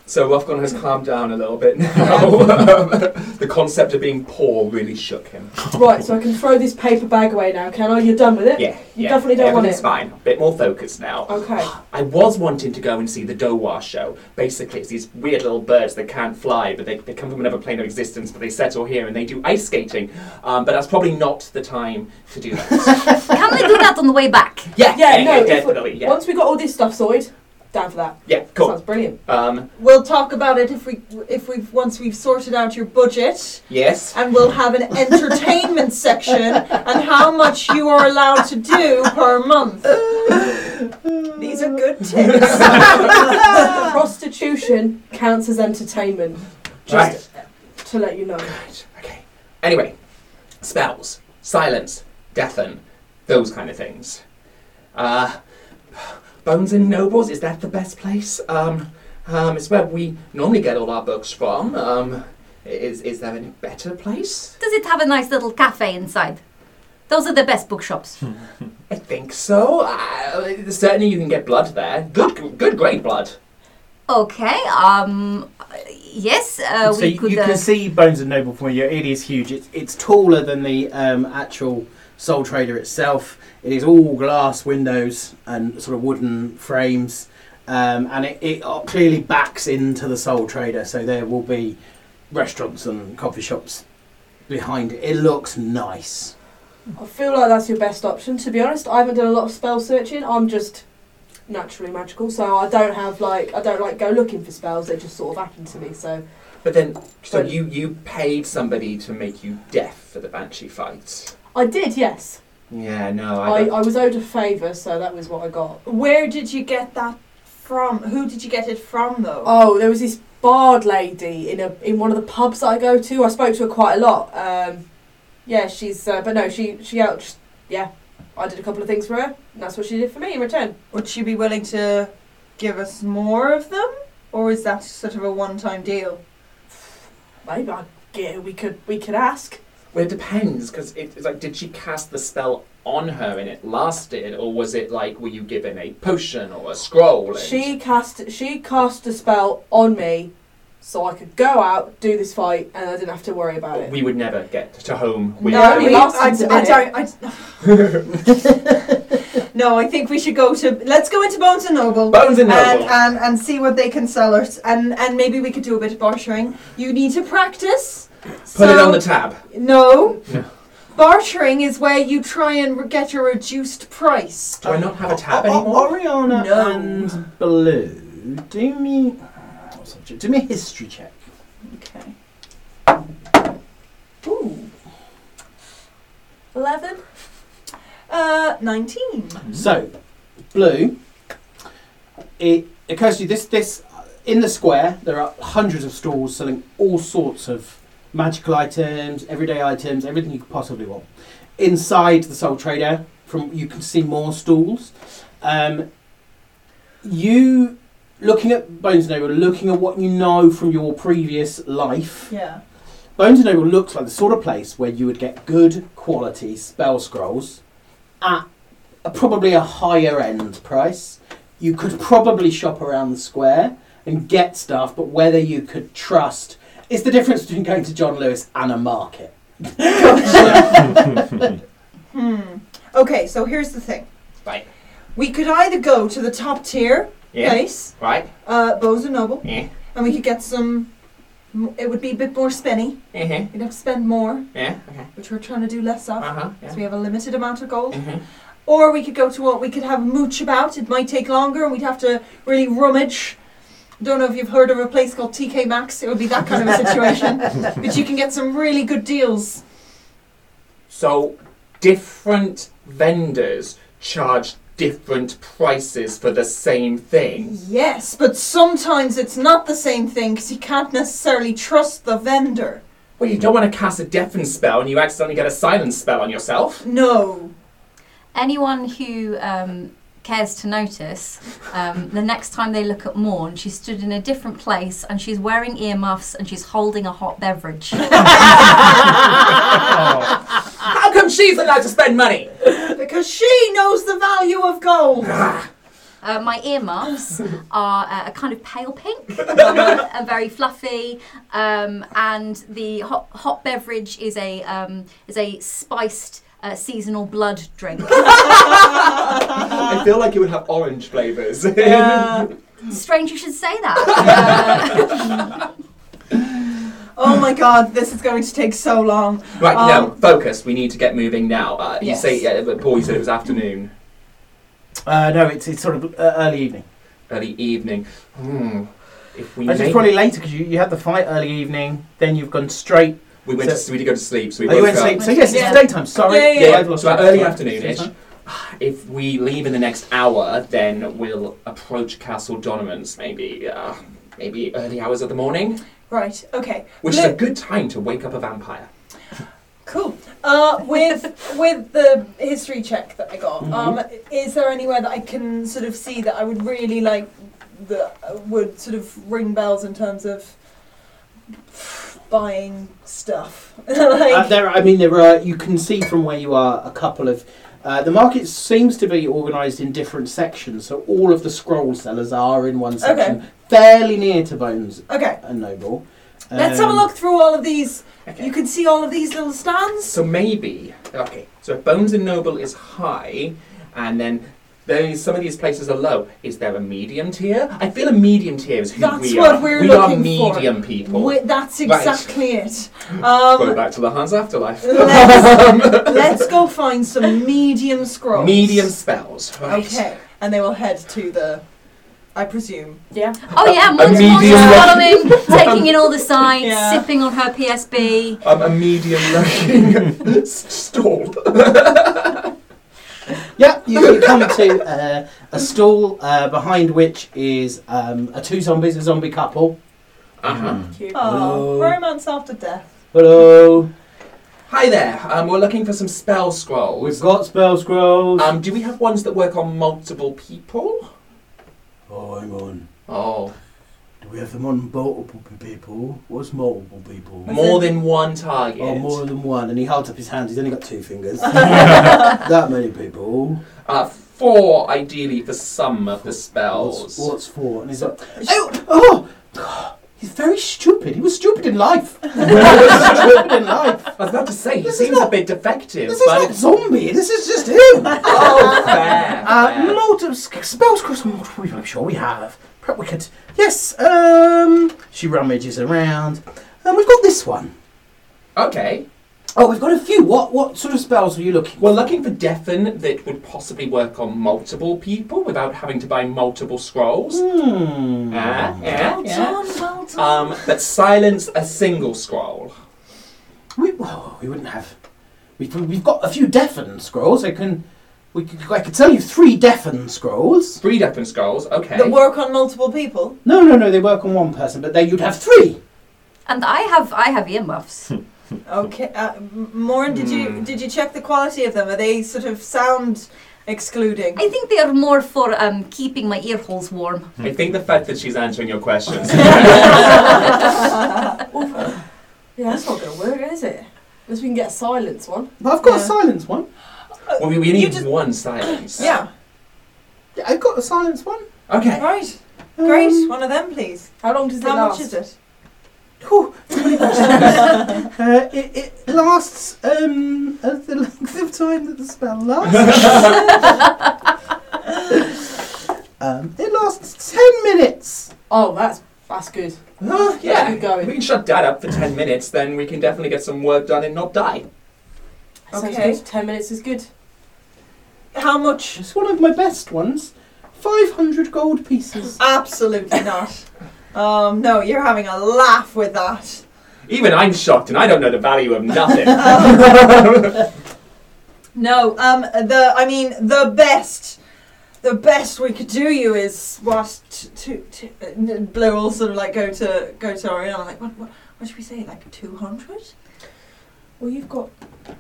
C: So Rothgon has calmed down a little bit now. Um, the concept of being poor really shook him.
D: Right, so I can throw this paper bag away now, can I? You're done with it?
C: Yeah,
D: You
C: yeah.
D: definitely don't want
C: Everything's
D: it.
C: fine. Bit more focused now.
D: Okay.
C: I was wanting to go and see the Dowa show. Basically, it's these weird little birds that can't fly, but they, they come from another plane of existence, but they settle here and they do ice skating. Um, but that's probably not the time to do that.
E: Can we do that on the way back?
C: yeah,
D: Yeah, no, if we-
C: definitely. Yeah,
D: Once we got all this stuff sorted, down for that.
C: yeah, cool.
D: Sounds brilliant.
C: Um,
B: We'll talk about it if we if we've once we've sorted out your budget
C: yes.
B: and we'll have an entertainment section and how much you are allowed to do per month. These are good tips. Ah.
D: Prostitution counts as entertainment,
C: Right.
D: to let you know.
C: Right, Okay. Anyway, spells, silence, deafen, those kind of things. Uh, Bones and Nobles, is that the best place? Um, um, it's where we normally get all our books from. Um, is, is there any better place?
E: Does it have a nice little cafe inside? Those are the best bookshops.
C: I think so. Uh, certainly you can get blood there. Good, good, great blood.
E: Okay. Um. Yes. Uh,
A: so
E: we
A: you,
E: could.
A: you
E: uh,
A: can see Bones and Noble from here. It is huge. It's, it's taller than the um, actual Soul Trader itself. It is all glass windows and sort of wooden frames, um, and it, it uh, clearly backs into the Soul Trader. So there will be restaurants and coffee shops behind it. It looks nice.
D: I feel like that's your best option. To be honest, I haven't done a lot of spell searching. I'm just naturally magical, so I don't have like I don't like go looking for spells. They just sort of happen to me. So
C: But then, so
D: But-
C: you, you paid somebody to make you deaf for the Banshee fight.
D: I did, yes.
C: Yeah, no,
D: I, I was owed a favour, so that was what I got.
B: Where did you get that from? Who did you get it from though?
D: Oh, there was this bard lady in a in one of the pubs that I go to. I spoke to her quite a lot. Um, yeah, she's uh, but no, she she out. Yeah, I did a couple of things for her, and that's what she did for me in return.
B: Would she be willing to give us more of them? Or is that sort of a one time deal?
D: Maybe I, yeah, we could we could ask.
C: Well, it depends because it's like, did she cast the spell on her and it lasted, or was it like, were you given a potion or a scroll? and-
D: She cast she cast a spell on me, so I could go out do this fight, and I didn't have to worry about it.
C: We would never get to home. With
D: No, we lost
B: I,
D: him to
B: I
D: Bennett.
B: don't. I, no, I think we should go to. Let's go into Bones and Noble.
C: Bones and
B: And,
C: Noble.
D: uh,
B: and and see what they can sell us, and and maybe we could do a bit of bartering. You need to practice.
C: Put it on the tab.
B: no.
C: No.
B: Bartering is where you try and re- get a reduced price.
C: Do I not have a tab
A: O- o-
C: anymore?
A: Oriana
B: No.
A: and Blue, do me. what subject? Do me a history check.
B: Okay.
D: Ooh. Eleven.
B: Uh, nineteen.
A: So, blue. It occurs to you this this in the square there are hundreds of stalls selling all sorts of magical items, everyday items, everything you could possibly want. Inside the Soul Trader, from you can see more stalls. Um, you looking at Bones and Noble, looking at what you know from your previous life.
B: Yeah.
A: Bones and Noble looks like the sort of place where you would get good quality spell scrolls at a, probably a higher end price. You could probably shop around the square and get stuff, but whether you could trust is the difference between going to John Lewis and a market.
B: Hmm. Okay. So here's the thing.
C: Right.
B: We could either go to the top tier
C: Yeah.
B: place,
C: Right.
B: uh, Bose and Noble,
C: Yeah.
B: and we could get some. m- It would be a bit more spinny.
C: Uh-huh.
B: You'd have to spend more,
C: Yeah. Okay.
B: which we're trying to do less of,
C: Uh huh.
B: because
C: Yeah.
B: we have a limited amount of gold.
C: Mhm.
B: Or we could go to what we could have a mooch about. It might take longer, and we'd have to really rummage. Don't know if you've heard of a place called TK Maxx. It would be that kind of a situation, but you can get some really good deals.
C: So, different vendors charge different prices for the same thing.
B: Yes, but sometimes it's not the same thing because you can't necessarily trust the vendor.
C: Well, you don't want to cast a deafen spell and you accidentally get a silence spell on yourself.
B: No.
E: Anyone who um, cares to notice, um, the next time they look at Morn, she stood in a different place and she's wearing earmuffs and she's holding a hot beverage.
C: How come she's allowed to spend money?
B: Because she knows the value of gold.
E: Uh, my earmuffs are uh, a kind of pale pink um, and very fluffy, um, and the hot, hot beverage is a um, is a spiced uh, seasonal blood drink.
C: I feel like it would have orange flavours.
E: Strange you should say that. Uh,
B: Oh my god, this is going to take so long.
C: right, now,
B: Um,
C: focus. We need to get moving now. Uh,
B: Yes.
C: You say, yeah, but Paul, you said it was afternoon,
A: Uh, no, it's, it's sort of uh, early evening.
C: early evening. Hmm. If
A: Actually,
C: we make-
A: it's probably later because you, you had the fight early evening, then you've gone straight.
C: we went
A: so-
C: to, we did go to sleep, so we
A: Oh, you
C: woke
A: went to
C: up.
A: sleep. So, yes, it's
D: Yeah.
A: daytime. Sorry.
D: Yeah, yeah,
C: yeah.
A: I've lost
C: So
A: track.
C: early
A: Sorry.
C: afternoon-ish.
A: Sorry.
C: If we leave in the next hour, then we'll approach Castle Donovan's maybe, uh, maybe early hours of the morning,
B: Right, okay.
C: which is
B: Look-
C: a good time to wake up a vampire.
B: Cool. Uh, with with the history check that I got,
C: Mm-hmm.
B: um, is there anywhere that I can sort of see that I would really like that would sort of ring bells in terms of buying stuff? like,
A: Uh, there, I mean, there are. You can see from where you are a couple of. Uh, the market seems to be organised in different sections, so all of the scroll sellers are in one section, fairly near to Bones
B: okay,
A: and Noble.
B: let's have a
A: Um,
B: look through all of these.
C: Okay.
B: You can see all of these little stands.
C: So maybe okay. So if Bones and Noble is high, and then there is, some of these places are low. Is there a medium tier? I feel a medium tier is who
B: That's
C: we
B: what
C: are.
B: we're
C: we
B: looking for.
C: are medium people.
B: Wi- that's
C: Right.
B: exactly it.
C: Go
B: Um,
C: back to the Hans afterlife.
B: let's, let's go find some medium scrolls.
C: medium spells. Right.
B: Okay, and they will head to the, I presume.
D: Yeah.
E: oh yeah, Monty
C: medium
E: Monty's
C: red-
E: following, taking in all the signs,
B: Yeah.
E: sipping on her PSB.
C: Um, a medium looking s- stall.
A: Yeah, you, you come to uh, a stall uh, behind which is um, a two zombies, a zombie couple.
C: Uh-huh.
D: Cute.
B: Oh,
C: Hello.
B: romance after death.
A: Hello,
C: Hi there. Um, we're looking for some spell
A: we've
C: scrolls.
A: got spell scrolls.
C: Um, do we have ones that work on multiple people?
A: oh, hang on.
C: Oh,
A: Do we have them on multiple people? What's multiple people?
C: more than one target.
A: Oh, more than one. And he holds up his hand. He's only got two fingers. that many people.
C: Uh, four, ideally, for some of the spells.
A: What's, what's four? And he's like, oh, oh, he's very stupid. He was stupid in life. he was stupid in life.
C: I was about to say, he
A: This is
C: seems
A: not-
C: a bit defective,
A: This is
C: but
A: not zombie. This is just him.
C: oh, fair.
A: Uh,
C: fair.
A: multiple spells cross. multiple- I'm sure we have. But we could. Yes. Um. She rummages around, and we've got this one.
C: Okay.
A: Oh, we've got a few. What what sort of spells were you looking?
C: We're looking for Deafen that would possibly work on multiple people without having to buy multiple scrolls. Uh,
A: Hmm.
C: Yeah, yeah,
B: Well done, well done.
C: Um, but silence a single scroll.
A: We, well, we wouldn't have. We've, we've got a few Defen scrolls. I can. We could, I could sell you three Defen scrolls.
C: Three Deafen scrolls, okay.
B: That work on multiple people.
A: No, no, no. They work on one person, but then you'd have three.
E: And I have I have earmuffs.
B: Okay, uh, M- Morin, did you did you check the quality of them? Are they sort of sound excluding?
E: I think they are more for um, keeping my ear holes warm.
C: I think the fact that she's answering your questions.
D: Yeah, that's not going to work, is it? Unless we can get a silence one.
A: But I've got a
B: Yeah.
A: silence one.
C: well, we, we
B: You
C: need
B: just-
C: one silence.
B: Yeah,
A: Yeah, I've got a silence one.
C: Okay.
B: right. Great.
A: Um,
B: One of them, please.
D: How long does it
B: How
D: last?
B: much is it?
A: whew, uh, it, it lasts um, uh, the length of time that the spell lasts. um, it lasts ten minutes.
D: Oh, that's that's good.
C: Oh, yeah.
D: Keep going.
C: We can shut Dad up for 10 minutes, then we can definitely get some work done and not die.
D: Sounds
B: Okay.
D: good. Ten minutes is good.
B: How much?
A: It's one of my best ones. Five hundred gold pieces.
B: Absolutely not. Um, no, you're having a laugh with that.
C: Even I'm shocked and I don't know the value of nothing.
B: No, um, the I mean the best, the best we could do you is what t- t- t- uh, n- Blue will sort of like go to go to Ariana like what what, what should we say like two hundred?
D: Well, you've got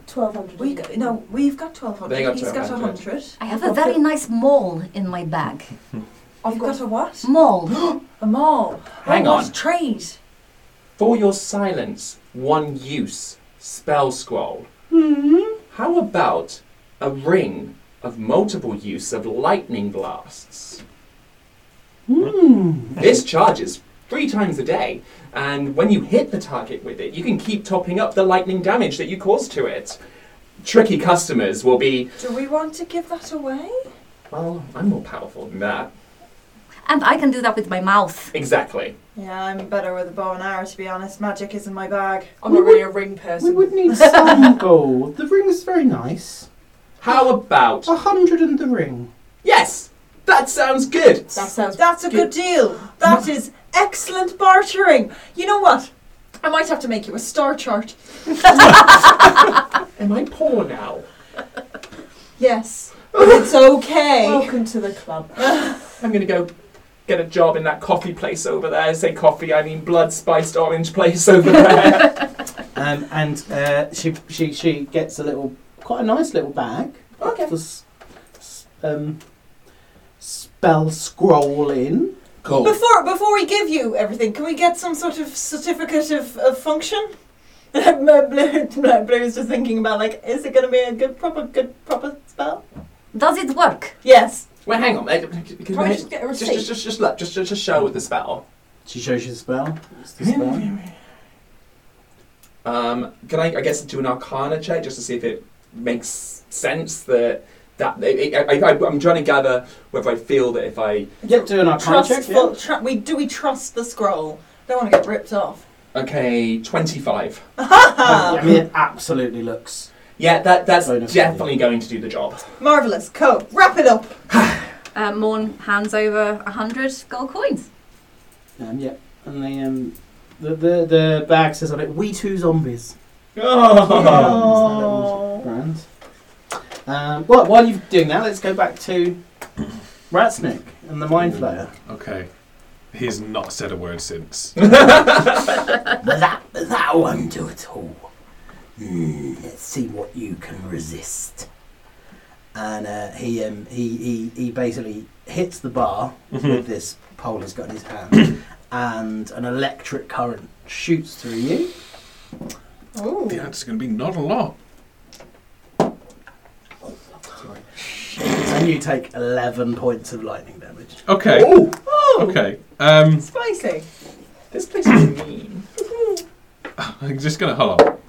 D: twelve hundred.
B: We go, no, we've got twelve
C: They
B: hundred. He's
C: got
B: got a
C: 1,200.
B: hundred.
E: I have a very nice mall in my bag.
B: I've got, a what?
E: Mall.
B: A mall.
C: Hang
B: oh,
C: on.
B: What trade?
C: For your silence, one
D: Hmm?
C: use, spell scroll. How about a ring of multiple use of lightning blasts.
A: Hmm.
C: This charges three times a day, and when you hit the target with it, you can keep topping up the lightning damage that you cause to it. Tricky customers will be,
B: Do we want to give that away?
C: well, I'm more powerful than that.
E: And I can do that with my mouth.
C: Exactly.
B: Yeah, I'm better with a bow and arrow to be honest. Magic isn't my bag.
D: I'm not really a ring
A: We
D: person.
A: would need some gold. The ring is very nice.
C: How about.
A: A hundred and the ring.
C: Yes! That sounds good!
D: That sounds.
B: That's a good deal. That is excellent bartering. You know what? I might have to make you a star chart.
C: Am I poor now?
B: Yes. it's okay.
D: Welcome to the club.
C: I'm gonna go get a job in that coffee place over there. Say coffee, I mean blood spiced orange place over there.
A: Um, and uh, she she she gets a little quite a nice little bag.
B: Okay.
A: For s- s- um, spell scroll in.
F: Cool.
B: Before before we give you everything, can we get some sort of certificate of, of function? Blue Blue is just thinking about like, is it going to be a good proper good proper spell?
E: Does it work?
B: Yes.
C: Wait, hang on. eh, Can
D: Can we
C: I-
D: just get a
C: just,
D: receipt?
C: just, just, just, look, just, just, just show with the spell.
A: She shows you the spell. It's the spell.
C: Um, can I, I guess, do an Arcana check just to see if it makes sense that that it, I, I, I'm trying to gather whether I feel that if I
A: Yep, do an arcana check. yeah.
B: Trustful. Tra- we do we trust the scroll? Don't want to get ripped off.
C: okay, twenty five.
A: Um, yeah, I mean, it absolutely looks.
C: Yeah, that that's
A: Bonus
C: definitely going to do the job.
B: Marvelous. Co. Wrap it up.
E: Uh, Morn hands over a hundred gold coins.
A: Um, yeah, and the, um, the the the bag says on it, "We two zombies."
B: Oh.
A: Grand. Um, well, while you're doing that, let's go back to Ratsnick and the Mind Flayer.
F: Okay. He has not said a word since.
H: But that, but that won't do at all. Hmm, let's see what you can resist.
A: And uh, he, um, he he he basically hits the bar
F: Mm-hmm.
A: with this pole he's got in his hand, and an electric current shoots through you.
B: Ooh.
F: The answer's going to be not a lot.
A: And you take 11 points of lightning damage.
F: Okay.
C: Oh,
F: Okay. Um,
B: Spicy.
C: this place is mean.
F: I'm just going to hold on.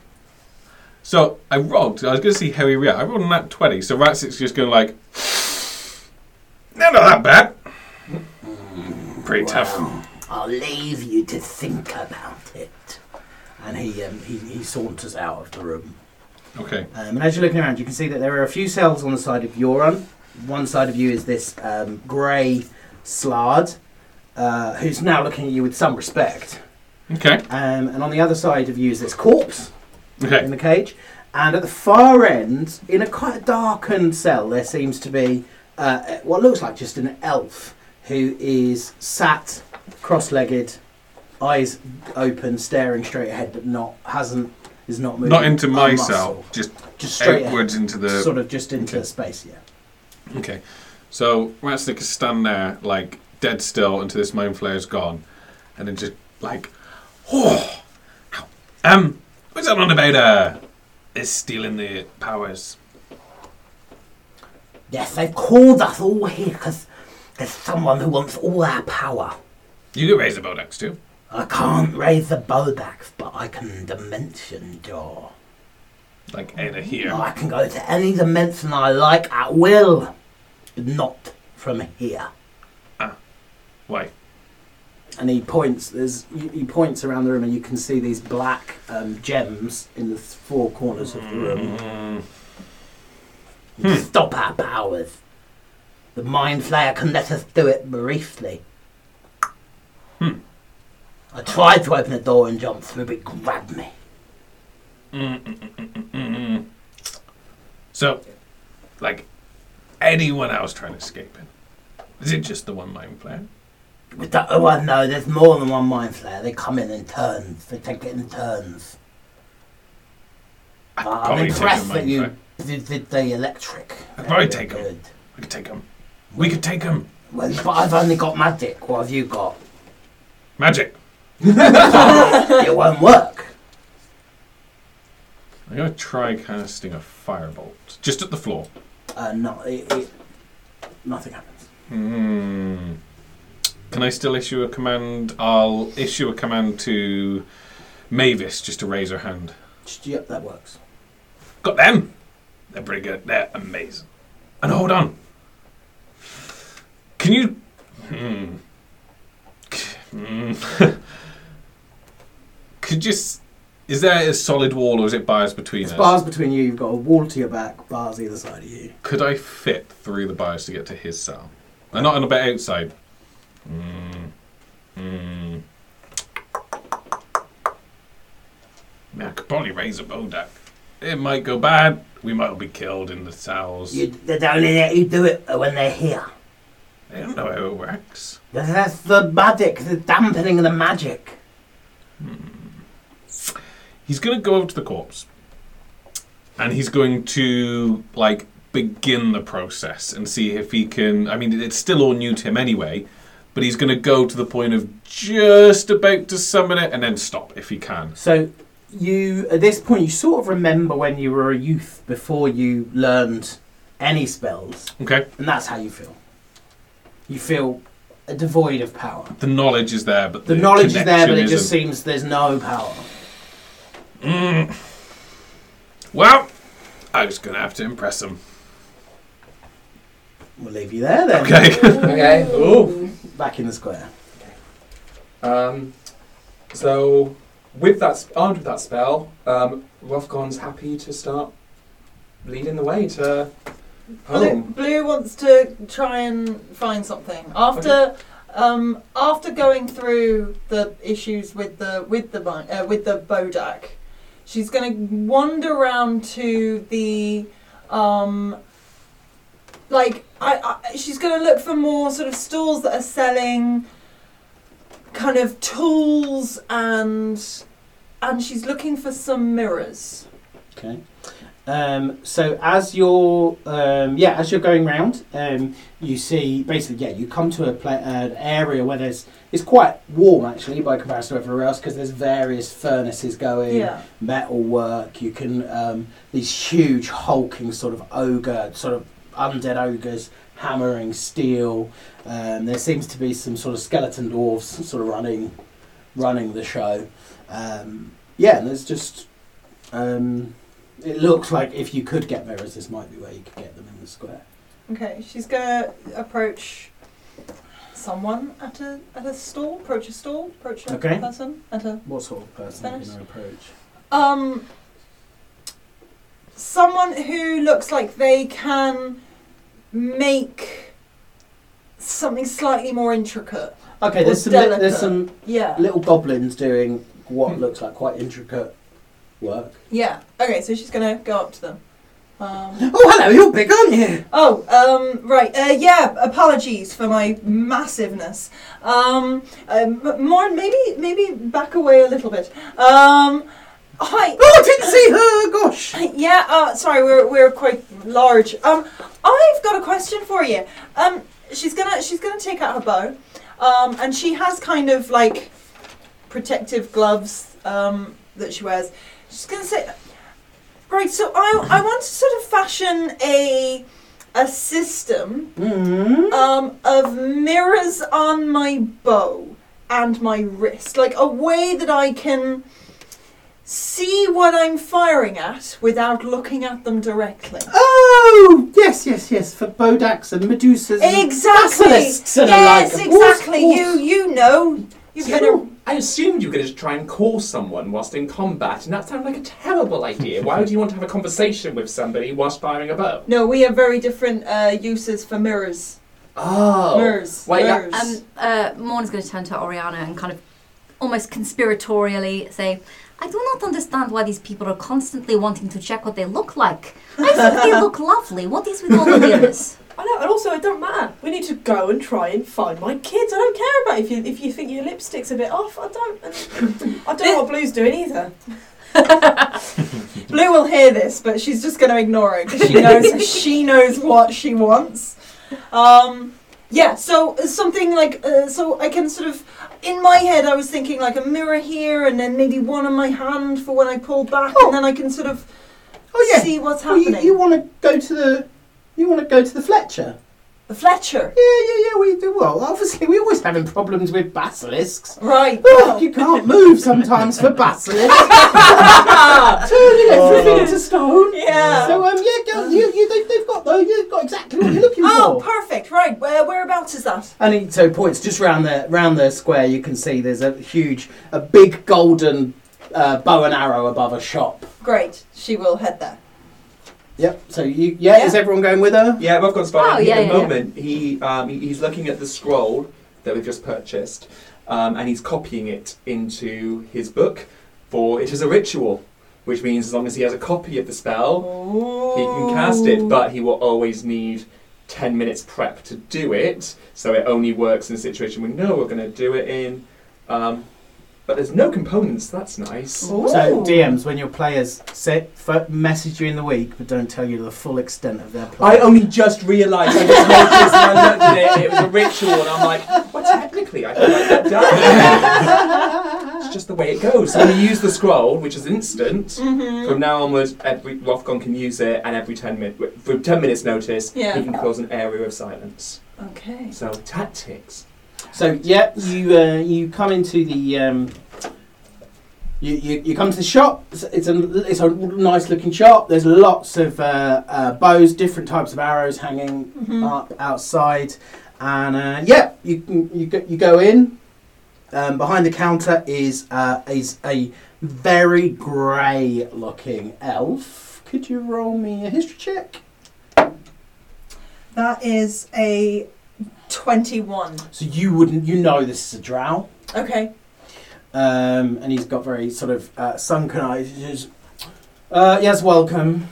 F: So I rolled. I was going to see how he reacted. I rolled on that twenty. So Ratsit's just going to like, no, not that bad. Pretty tough.
H: Well, I'll leave you to think about it.
A: And he, um, he, he saunters out of the room.
F: Okay.
A: Um, and as you're looking around, you can see that there are a few cells on the side of Euron. One side of you is this um, grey slard, uh, who's now looking at you with some respect.
F: Okay.
A: Um, and on the other side of you is this corpse
F: Okay.
A: in the cage. And at the far end, in a quite darkened cell, there seems to be uh, what looks like just an elf who is sat cross-legged, eyes open, staring straight ahead, but not hasn't is not moving.
F: Not into
A: a
F: my
A: muscle.
F: cell. Just
A: just straight ahead.
F: outwards into the
A: sort of just into
F: Okay.
A: space. Yeah.
F: Okay. So Ratsnick is standing there, like, dead still until this mind flare's gone. And then just, like, oh, ow. um, what's that on about, uh, is stealing the powers?
H: Yes, they've called us all here because there's someone who wants all our power.
F: You can raise the Bodex too.
H: I can't raise the Bodax, but I can dimension door.
F: Like, Ada
A: Oh
F: here.
H: Oh, I can go to any dimension I like at will. Not from here.
F: Why?
A: And he points. There's he he points around the room, and you can see these black um, gems in the th- four corners of the room.
F: Mm,
H: Stop our powers. The Mind Flayer can let us do it briefly.
F: Hmm.
H: I tried to open the door and jump through, but it grabbed me.
F: mm, mm, mm, mm, mm, mm. So, like, anyone else trying to escape it? Is it just the one mind flare?
H: We don't, oh, I know, there's more than one Mind Flayer. They come in in turns, they take it in turns.
F: I'd
H: I'm
F: probably take a
H: impressed that
F: mind
H: you-
F: flare.
H: Did, did the electric?
F: I'd probably
H: They
F: take 'em.
H: did.
F: We could take him. We could take him.
H: Well, but I've only got magic. What have you got?
F: Magic.
H: it won't work.
F: I'm gonna try casting a firebolt just at the floor.
A: uh, no, it, it, nothing happens.
F: Hmm. Can I still issue a command? I'll issue a command to Mavis just to raise her hand.
A: Just, yep, that works.
F: Got them. They're pretty good. They're amazing. And hold on. Can you? Hmm. Hmm. Could just. Is there a solid wall or is it bars between
A: There's
F: us?
A: bars between you. You've got a wall to your back, bars either side of you.
F: Could I fit through the bias to get to his cell? And not on a bit outside. Mm. Mm. Yeah, I could probably raise a bodak. It might go bad. We might all be killed in the cells.
H: You, they only let you do it when they're here.
F: I don't know how it works.
H: That's the magic, the dampening of the magic.
F: He's going to go over to the corpse. And he's going to, like, begin the process and see if he can. I mean, it's still all new to him anyway. But he's going to go to the point of just about to summon it and then stop if he can.
A: So you, at this point, you sort of remember when you were a youth before you learned any spells,
F: Okay.
A: and that's how you feel. You feel uh, devoid of power.
F: The knowledge is there, but
A: The
F: the,
A: knowledge is there, but it
F: connection
A: just
F: isn't.
A: seems there's no power.
F: Well, I was gonna have to impress him.
A: We'll leave you there then.
F: Okay.
C: Okay. Ooh.
A: Back in the square.
C: Um, so, with that, sp- armed with that spell, um, Rothgon's happy to start leading the way to
B: Blue,
C: home.
B: Blue wants to try and find something after um, after going through the issues with the with the bi- uh, with the bodak. She's going to wander round to the um, like I, I she's going to look for more sort of stores that are selling kind of tools and and she's looking for some mirrors.
A: Okay. Um, so as you're um, yeah as you're going round, um, you see basically yeah you come to a pla- an area where there's it's quite warm actually by comparison to everywhere else because there's various furnaces going,
B: Yeah.
A: metal work. You can um, these huge hulking sort of ogre sort of undead ogres hammering steel. Um, there seems to be some sort of skeleton dwarves sort of running running the show. Um, yeah, and there's just um, it looks like if you could get mirrors, this might be where you could get them in the square.
B: Okay, she's gonna approach someone at a at a stall, approach a stall, approach a
A: Okay.
B: person at a
A: What sort of person are you
B: Spanish?
A: going to approach?
B: um someone who looks like they can make something slightly more intricate.
A: Okay,
B: Or
A: there's some, li-
B: delicate.
A: there's some
B: Yeah.
A: little goblins doing what looks like quite intricate work.
B: Yeah. Okay, so she's gonna go up to them. Um,
A: Oh, hello, you're big, aren't you?
B: oh, um, right. Uh, yeah. Apologies for my massiveness. Um, um, Morn, maybe maybe back away a little bit. Um, hi.
A: Oh, I didn't see her, gosh.
B: Yeah, uh, sorry, we're, we're quite large. Um, I've got a question for you. Um, she's gonna she's gonna take out her bow, um, and she has kind of like protective gloves um, that she wears. She's gonna say, right. So I I want to sort of fashion a a system
A: Mm.
C: Mm-hmm.
B: um, of mirrors on my bow and my wrist, like a way that I can see what I'm firing at without looking at them directly.
A: Oh, yes, yes, yes, for Bodaks and Medusas. and
B: Exactly.
A: Basilisks and the
B: yes,
A: like. Of course,
B: exactly.
A: of
B: You
A: course.
B: you know you've been a
C: I assumed you were going to try and call someone whilst in combat, and that sounded like a terrible idea. Why would you want to have a conversation with somebody whilst firing a bow?
B: no. We have very different uh, uses for mirrors.
C: Oh.
B: Mirrors.
C: Wait, that-
B: mirrors.
E: Um, uh, Morn's going to turn to Oriana and kind of almost conspiratorially say, I do not understand why these people are constantly wanting to check what they look like. I think they look lovely. What is with all the weirdness?
D: I know, and also it don't matter. We need to go and try and find my kids. I don't care about if you if you think your lipstick's a bit off. I don't. I don't know what Blue's doing either.
B: Blue will hear this, but she's just going to ignore it because she knows she knows what she wants. Um, yeah, so uh, something like uh, so I can sort of in my head I was thinking like a mirror here and then maybe one on my hand for when I pull back
A: Oh.
B: and then I can sort of
A: Oh, yeah.
B: see what's
A: Oh,
B: happening.
A: you, you want to go to the. You want to go to the Fletcher?
B: The Fletcher.
A: Yeah, yeah, yeah. We do well. Obviously, we always having problems with basilisks.
B: Right.
A: Oh, you can't move sometimes for basilisks. Turning everything into stone.
B: Oh. Yeah.
A: So um, yeah, girl, you, you they, they've got though. You've got exactly what you're looking
B: Oh,
A: for.
B: perfect. Right. Where, whereabouts is that?
A: And he so points just round the round the square. You can see there's a huge, a big golden uh, bow and arrow above a shop.
B: Great. She will head there.
A: Yep. So you, yeah,
B: Yeah.
A: is everyone going with her?
C: Yeah, we've gone
E: Oh,
C: Spider. at
E: yeah,
C: the
E: yeah, yeah.
C: moment, he, um, he he's looking at the scroll that we've just purchased, um, and he's copying it into his book. For it is a ritual, which means as long as he has a copy of the spell, he can cast it. But he will always need ten minutes prep to do it. So it only works in a situation we know we're going to do it in. Um, but there's no components. That's nice.
A: So DMs, when your players say, f- message you in the week, but don't tell you the full extent of their
C: I
A: play.
C: only just realised I just noticed when I looked at it, it was a ritual, and I'm like, well, technically, I can write that down. it's just the way it goes. So we use the scroll, which is instant.
B: Mm-hmm.
C: From now onwards, every Rothgon can use it, and every ten minutes, for ten minutes notice,
B: Yeah.
C: he can cause an area of silence.
B: Okay.
C: So tactics.
A: so yeah, you uh, you come into the um, you, you you come to the shop. It's, it's a it's a nice looking shop. There's lots of uh, uh, bows, different types of arrows hanging
B: Mhm.
A: up outside, and uh, yeah, you can- you go, you go in. Um, behind the counter is uh, is a very grey looking elf. Could you roll me a history check?
B: That is a 21.
A: So you wouldn't, you know, this is a drow,
B: Okay.
A: um, and he's got very sort of uh, sunken eyes. He's just, uh, yes, welcome.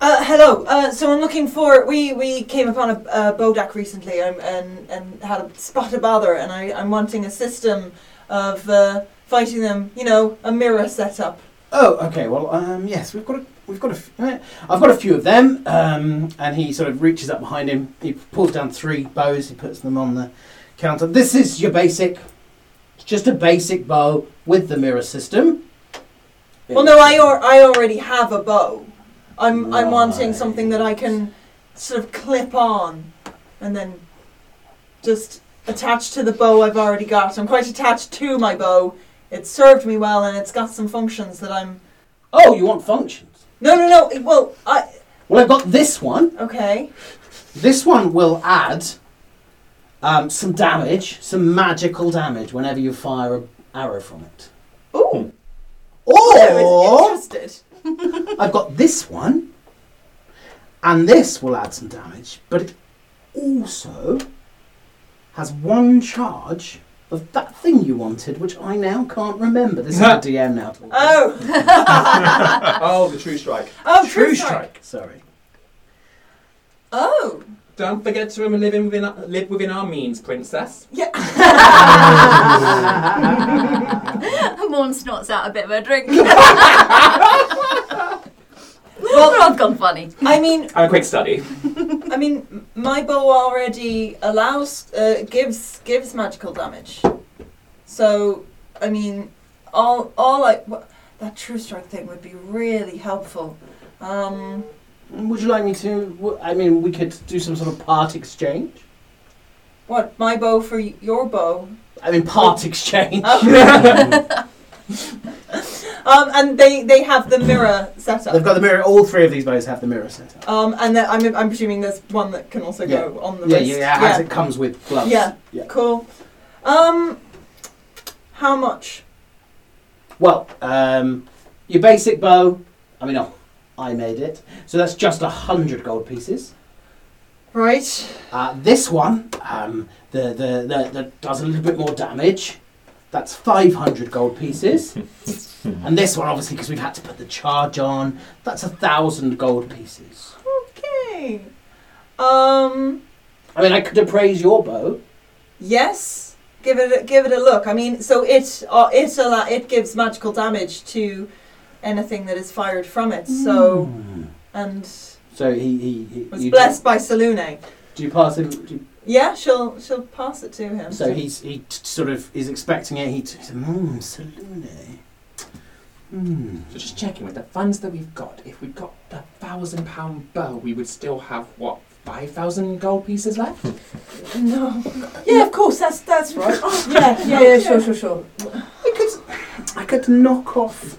B: Uh, hello. Uh, so I'm looking for. We, we came upon a, a bodak recently um, and, and had a spot of bother, and I, I'm wanting a system of uh, fighting them, you know, a mirror setup.
A: Oh, okay. Well, um, yes, we've got a, we've got a, f- eh, I've got a few of them. Um, and he sort of reaches up behind him. He pulls down three bows. He puts them on the counter. This is your basic. It's just a basic bow with the mirror system.
B: Well, no, I, or, I already have a bow. I'm, I'm wanting
A: Right.
B: something that I can sort of clip on and then just attach to the bow I've already got. I'm quite attached to my bow. It served me well and it's got some functions that I'm.
A: Oh, you want functions?
B: No, no, no. it- Well, I.
A: Well, I've got this one.
B: Okay.
A: This one will add um, some damage, some magical damage, whenever you fire an arrow from it.
B: Ooh. I
A: Or
B: was interested.
A: I've got this one, and this will add some damage, but it also has one charge of that thing you wanted, which I now can't remember. This is the DM now. talking.
B: Oh.
C: oh, the true strike.
B: Oh, true strike.
A: Sorry.
B: Oh.
C: Don't forget to live within live within our means, princess.
B: Yeah.
E: Morn snorts out a bit of a drink. well, I've gone funny.
B: I mean,
C: And a quick study.
B: I mean, m- my bow already allows uh, gives gives magical damage. So, I mean, all all I wha- that true strike thing would be really helpful. Um,
A: Would you like me to? w- I mean, we could do some sort of part exchange.
B: what my bow for y- your bow?
A: I mean, part exchange.
B: Oh, Um, and they they have the mirror set
A: They've
B: up.
A: got the mirror. All three of these bows have the mirror set up.
B: Um, and then I'm I'm presuming there's one that can also
A: Yeah.
B: go on the
A: Yeah,
B: wrist.
A: yeah, yeah, As it comes with gloves.
B: Yeah.
A: yeah.
B: Cool. Um, how much?
A: Well, um, your basic bow. I mean, oh, I made it. So that's just a hundred gold pieces.
B: Right.
A: Uh, this one, um, the, the the that does a little bit more damage. That's five hundred gold pieces. and this one, obviously, because we've had to put the charge on. That's a thousand gold pieces.
B: Okay. Um.
A: I mean, I could appraise your bow.
B: Yes, give it a, give it a look. I mean, so it uh, it allo- it gives magical damage to anything that is fired from it. So
A: Hmm.
B: and
A: So he he, he
B: was
A: Mm. you-
B: blessed by Salune.
A: Do you pass him? Do you
B: Yeah, she'll she'll pass it to him.
A: "Hmm, So he's he t- sort of is expecting it. He t- he said, mm, Salune.
H: Hmm.
C: So just checking with the funds that we've got, if we got the thousand pound bow, we would still have what five thousand gold pieces left.
D: No. Yeah, of course, that's that's right. yeah, yeah, yeah, sure, sure, sure.
H: I could, I could knock off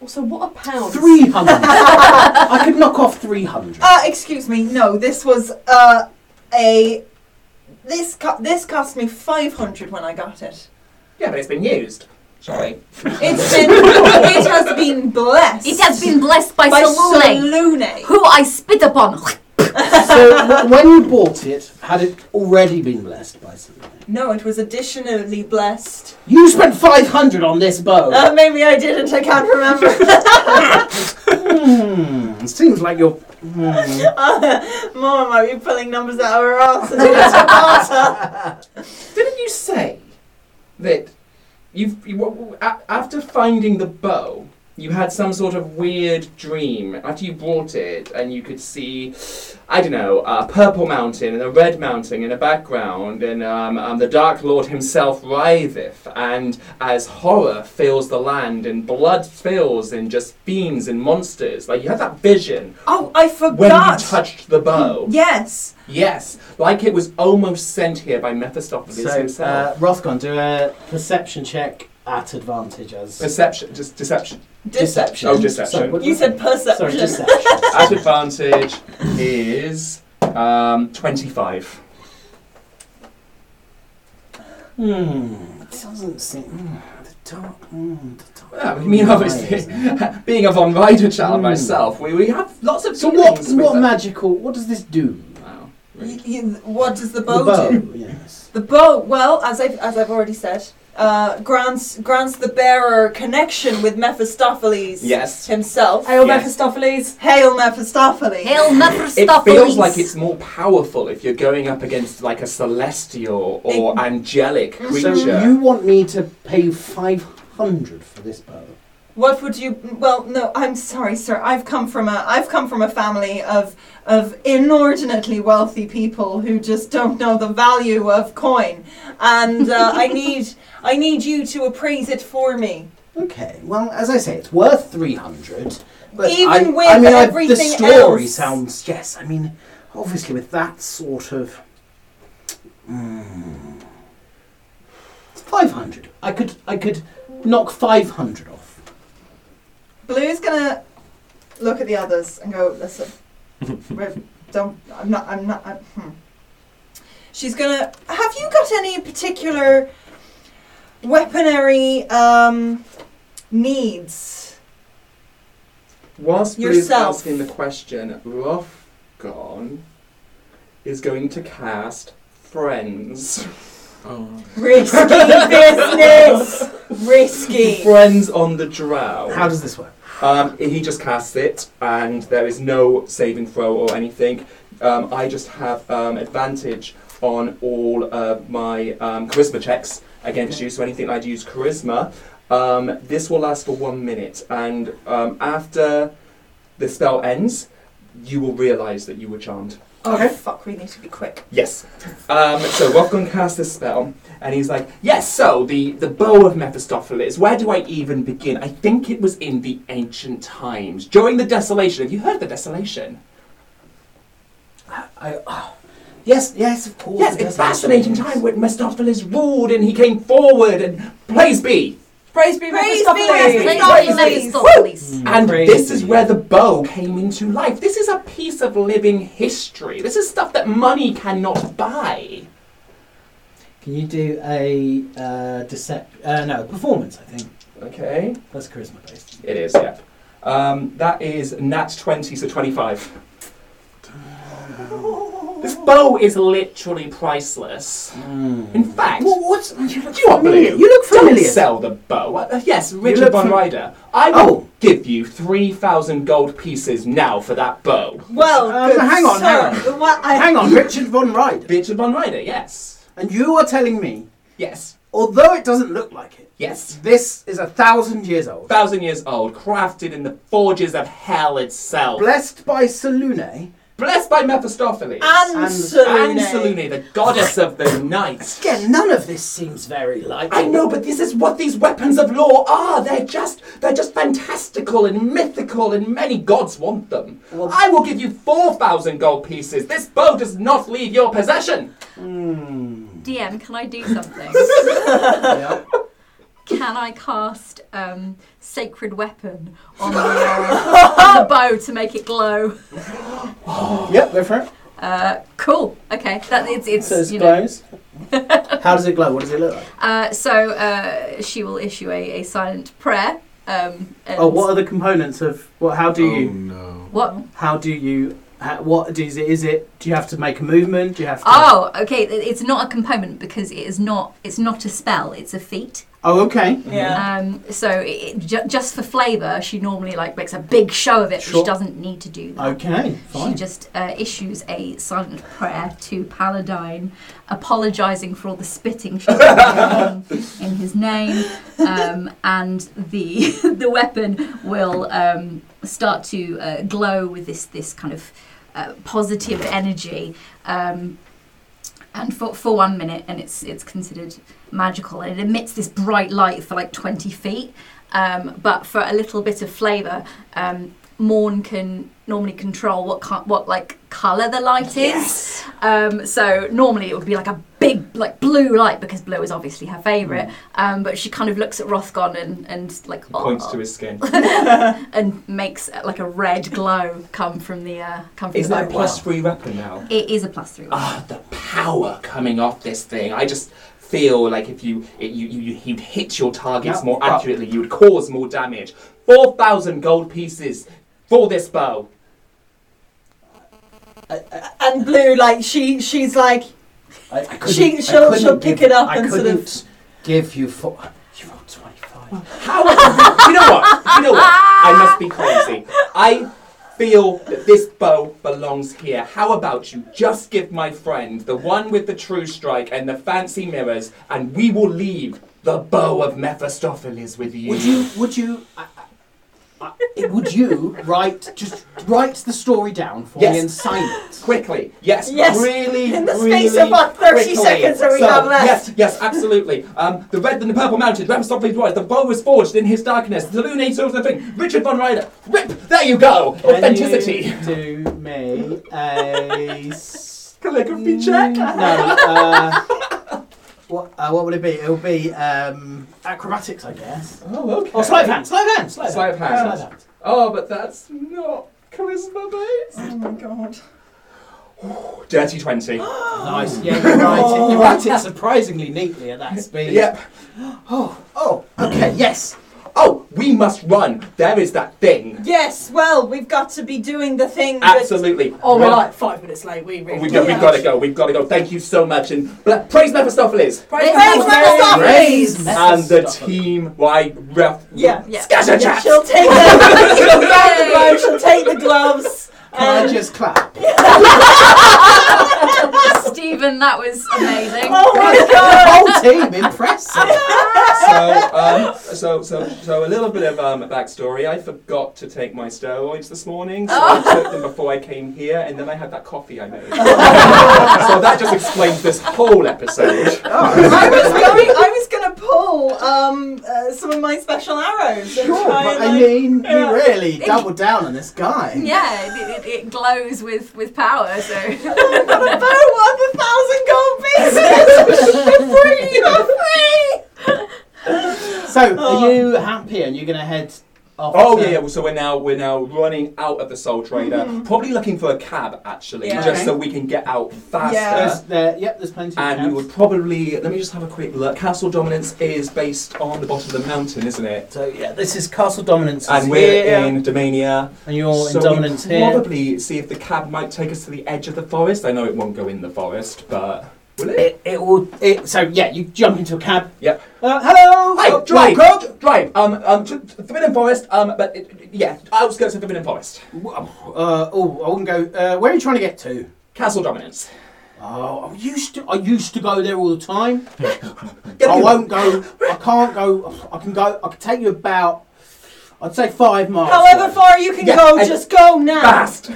D: Also, what a pound.
H: three hundred. I could knock off three hundred.
B: Uh, excuse me. No, this was uh, a this co- this cost me five hundred when I got it.
C: Yeah, but it's been used. Sorry.
B: It's been it has been blessed.
E: It has been blessed by,
B: by
E: Salune,
B: Salune.
E: who I spit upon.
A: so w- when you bought it, had it already been blessed by somebody?
B: No, it was additionally blessed.
A: You spent five hundred on this bow.
B: Uh, maybe I didn't. I can't remember.
A: Hmm, seems like you're. Hmm.
B: Mom might be pulling numbers out of her ass. and it's her daughter.
C: Didn't you say that you've you, w- w- a- after finding the bow, you had some sort of weird dream after you bought it, and you could see, I don't know, a purple mountain and a red mountain in the background, and um, um, the Dark Lord himself writheth, and as horror fills the land, and blood spills, and just fiends and monsters. Like you had that vision
B: oh, I
C: when
B: forgot.
C: you touched the bow.
B: yes.
C: Yes, like it was almost sent here by Mephistopheles
A: So,
C: himself.
A: uh, Rothcon, do a perception check at advantage as
C: Perception, just deception.
A: deception.
C: Oh, deception.
A: Sorry, what
B: You
A: did I
B: said
A: say?
B: perception.
A: Sorry, deception.
C: At advantage is um, 25.
A: hmm, it doesn't seem. hmm, the dark. Hmm, the dark.
C: Well, I mean, obviously, being a Von Ryder child myself, we, we have lots of
A: Hmm. So what?
C: feelings with
A: What
C: that.
A: magical? What does this do?
C: Wow.
B: Y- y- what does the
A: The
B: bow, do?
A: bow. Yes.
B: The bow. Well, as I've as I've already said, uh, grants grants the bearer connection with Mephistopheles
C: Yes.
B: himself.
D: Hail
C: Yes.
D: Mephistopheles.
B: Hail Mephistopheles!
E: Hail
C: It
E: Mephistopheles.
C: feels like it's more powerful if you're going up against like a celestial or angelic
A: So
C: creature.
A: you want me to pay five hundred for this bow?
B: What would you? Well, no, I'm sorry, sir. I've come from a I've come from a family of of inordinately wealthy people who just don't know the value of coin, and uh, I need I need you to appraise it for me.
A: Okay. Well, as I say, it's worth three hundred. But
B: Even
A: I,
B: with
A: I mean, I, the
B: everything
A: story
B: else.
A: sounds yes. I mean, obviously, with that sort of. Mm, it's five hundred. I could I could knock five hundred off.
B: Blue's gonna look at the others and go, listen, we're- don't, I'm not, I'm not, I'm, hmm. She's gonna, have you got any particular weaponry um, needs?
C: Whilst Blue is
B: Yourself.
C: asking the question, Rothgon is going to cast Friends.
F: Oh.
B: Risky business! Risky.
C: Friends on the Drow.
A: How does this work?
C: Um, he just casts it, and there is no saving throw or anything. Um, I just have um, advantage on all of my um, charisma checks against you, so anything I'd use charisma. Um, this will last for one minute, and um, after the spell ends, you will realise that you were charmed.
B: Oh,
A: Okay.
B: fuck, we need to be quick.
C: Yes. Um, so Rothgon casts this spell, and he's like, "Yes. So the the bow of Mephistopheles. Where do I even begin? I think it was in the ancient times during the desolation. Have you heard of the desolation?
A: I, oh, yes, yes, of course.
C: yes,
A: it
C: it's
A: does have
C: fascinating
A: stories.
C: time when Mephistopheles ruled, and he came forward, and praise be.
D: Praise be
B: Praise be
D: Mephistopheles.
E: Praise
B: Praise
E: be
B: be.
E: Mephistopheles.
C: And
A: Mm, Praise
C: this is
A: be.
C: where the bow came into life. This is a piece of living history. This is stuff that money cannot buy.
A: Can you do a uh, decep- uh No, performance. I think
C: Okay,
A: that's charisma based.
C: it is. Yep. Um, that is nat twenty, so twenty-five. This bow is literally priceless. In fact,
A: Well, what's you look
C: you are
A: familiar.
C: blue.
A: Hmm. You look
C: Don't
A: familiar.
C: sell the bow. Uh, yes,
A: look
C: Richard von
A: fam-
C: Ryder. I will
A: Oh.
C: give you 3,000 gold pieces now for that bow.
B: Well,
A: Um,
B: good
A: hang on,
B: sir.
A: hang
B: Well, I-
A: Hang on, Richard von Ryder.
C: Richard von Ryder, yes.
A: And you are telling me,
C: Yes.
A: although it doesn't look like it,
C: Yes.
A: this is a thousand years old,
C: Thousand years old, crafted in the forges of hell itself.
A: blessed by Salune,
C: blessed by Mephistopheles.
B: And
C: And
B: Salune.
C: Selene, the goddess of the night.
H: Again, none of this seems very likely.
C: I know, but this is what these weapons of law are. They're just they're just fantastical and mythical, and many gods want them.
H: Well-
C: I will give you four thousand gold pieces. This bow does not leave your possession.
E: DM, can I do something?
A: Yeah.
E: can I cast um, Sacred Weapon on the, on the bow to make it glow?
A: Yep, go for it.
E: Uh, cool. Okay, that it's it's
A: So it
E: you know.
A: glows. How does it glow? What does it look like?
E: Uh, so uh, she will issue a, a silent prayer. Um, and
A: Oh, what are the components of what? How do
F: oh,
A: you?
F: no.
E: what
A: How do you? How, what is it? Is it? Do you have to make a movement? Do you have to?
E: Oh, okay. it- It's not a component because it is not. It's not a spell. It's a feat.
A: Oh, okay.
B: Yeah.
E: Um, so it, it, ju- just for flavour, she normally like makes a big show of it. but
A: Sure.
E: She doesn't need to do that.
A: Okay,
E: She
A: fine.
E: just uh, issues a silent prayer to Paladine, apologising for all the spitting she's done in his name, um, and the the weapon will um, start to uh, glow with this this kind of uh, positive energy, um, and for for one minute, and it's it's considered magical, and it emits this bright light for like twenty feet. Um, but for a little bit of flavour, um, Morn can normally control what co- what like color the light is. Um, so normally it would be like a big like blue light because blue is obviously her
C: Mm.
E: favorite. Um, but she kind of looks at Rothgon and and like
C: Points
E: "Oh,"
C: to his skin.
E: and makes uh, like a red glow come from the uh, come from
C: Is
E: the
C: that a
E: bow.
C: plus three weapon now?
E: It is a plus three.
C: Ah, the power coming off this thing. I just feel like if you it, you, you you- you'd hit your targets
A: Yeah.
C: more accurately, you would cause more damage. Four thousand gold pieces for this bow.
B: And Blue, like, she, she's like,
H: I, I couldn't-
B: She-
H: I
B: she'll-
H: couldn't
B: she'll pick
H: give-
B: it up
H: I
B: and sort of-
H: couldn't give you four. You rolled twenty-five.
C: How? you know what? You know what? I must be crazy. I feel that this bow belongs here. How about you just give my friend the one with the true strike and the fancy mirrors, and we will leave the bow of Mephistopheles with you.
H: Would you? Would you? I, I, I, would you write just write the story down for
C: Yes.
H: me and sign it?
C: Quickly, yes,
B: Yes.
C: really,
B: In the
C: really
B: space of about 30
C: quickly.
B: seconds that we
C: so,
B: have left.
C: Yes, yes, absolutely. Um, the red and the purple mounted, Ramsophy's rise, the bow was forged in his darkness, the lunate sort of thing, Richard von Ryder, rip, there you go, authenticity.
A: Can you do me a s-
C: Calligraphy
A: Mm,
C: Oh,
A: No. Uh, what, uh, what would it be? It'll be um, acrobatics, I guess.
C: Oh, okay.
A: Or sleight of hand. Sleight of hand. Sleight of
C: Sleight of
A: hand.
C: hand.
A: Sleight of hand.
C: Oh, but that's not charisma based.
B: oh my god.
C: Dirty 20.
A: Nice. Yeah, you write it. You write it surprisingly neatly at that speed.
C: yep.
H: Oh, okay, yes.
C: Oh, we must run. There is that thing.
B: Yes, well, we've got to be doing the thing that-
C: Absolutely.
D: Oh, we're
C: Run.
D: like five minutes late. We really.
C: We go,
B: Yeah.
C: We've got to go. We've got to go. Thank you so much. And bla- praise Mephistopheles.
D: Praise
B: Praise
D: the Lord.
B: Mephistopheles.
H: Praise
C: And the team wide ref.
B: Yeah.
E: Yeah.
C: Scatter chaps.
B: She'll take the, she'll grab the bow, she'll take the gloves.
A: Can I
B: and-
A: just clap?
E: Stephen, that was amazing.
B: oh my god!
A: The whole team impressive.
C: so, um, so, so, so a little bit of um, backstory. I forgot to take my steroids this morning, so I took them before I came here, and then I had that coffee I made. so that just explains this whole episode.
B: I was going. I was going to pull um, uh, some of my special arrows. and
A: Sure,
B: try
A: but
B: and,
A: I
B: like-
A: mean,
B: yeah.
A: you really doubled down on this guy.
E: Yeah, it, it, it glows with with power. So
B: I've got a bow worth a thousand gold pieces. You're free. You're free.
A: So, are you happy and you're going to head off?
C: Oh
A: to-
C: yeah, yeah. So we're now we're now running out of the Soul Trader, probably looking for a cab actually,
B: Mm-hmm. Yeah.
C: just so we can get out faster.
B: Yeah.
A: There's, there, yep, there's plenty of
C: And we
A: camps.
C: would probably let me just have a quick look. Castle Dominance is based on the bottom of the mountain, isn't it?
A: So, yeah, this is Castle Dominance. is
C: And we're
A: here,
C: in Domania.
A: And you're
C: so
A: in Dominance
C: we
A: here.
C: probably see if the cab might take us to the edge of the forest. I know it won't go in the forest, but will it?
A: It, it will. It, so yeah, you jump into a cab.
C: Yep.
A: Uh, hello.
C: Hey,
A: Oh,
C: drive,
A: welcome.
C: drive. Um, um, to, to Forbidden Forest. Um, but it, it- yeah, outskirts of Forbidden Forest.
A: Uh, oh, I wouldn't go. Uh, where are you trying to get to?
C: Castle Dominance.
A: Oh, I used to. I used to go there all the time.
C: Get
A: I
C: me-
A: won't go. I can't go. I can go. I can take you about. I'd say five miles.
B: However
A: away.
B: far you can
C: Yeah,
B: go,
C: I-
B: just go now.
C: Fast.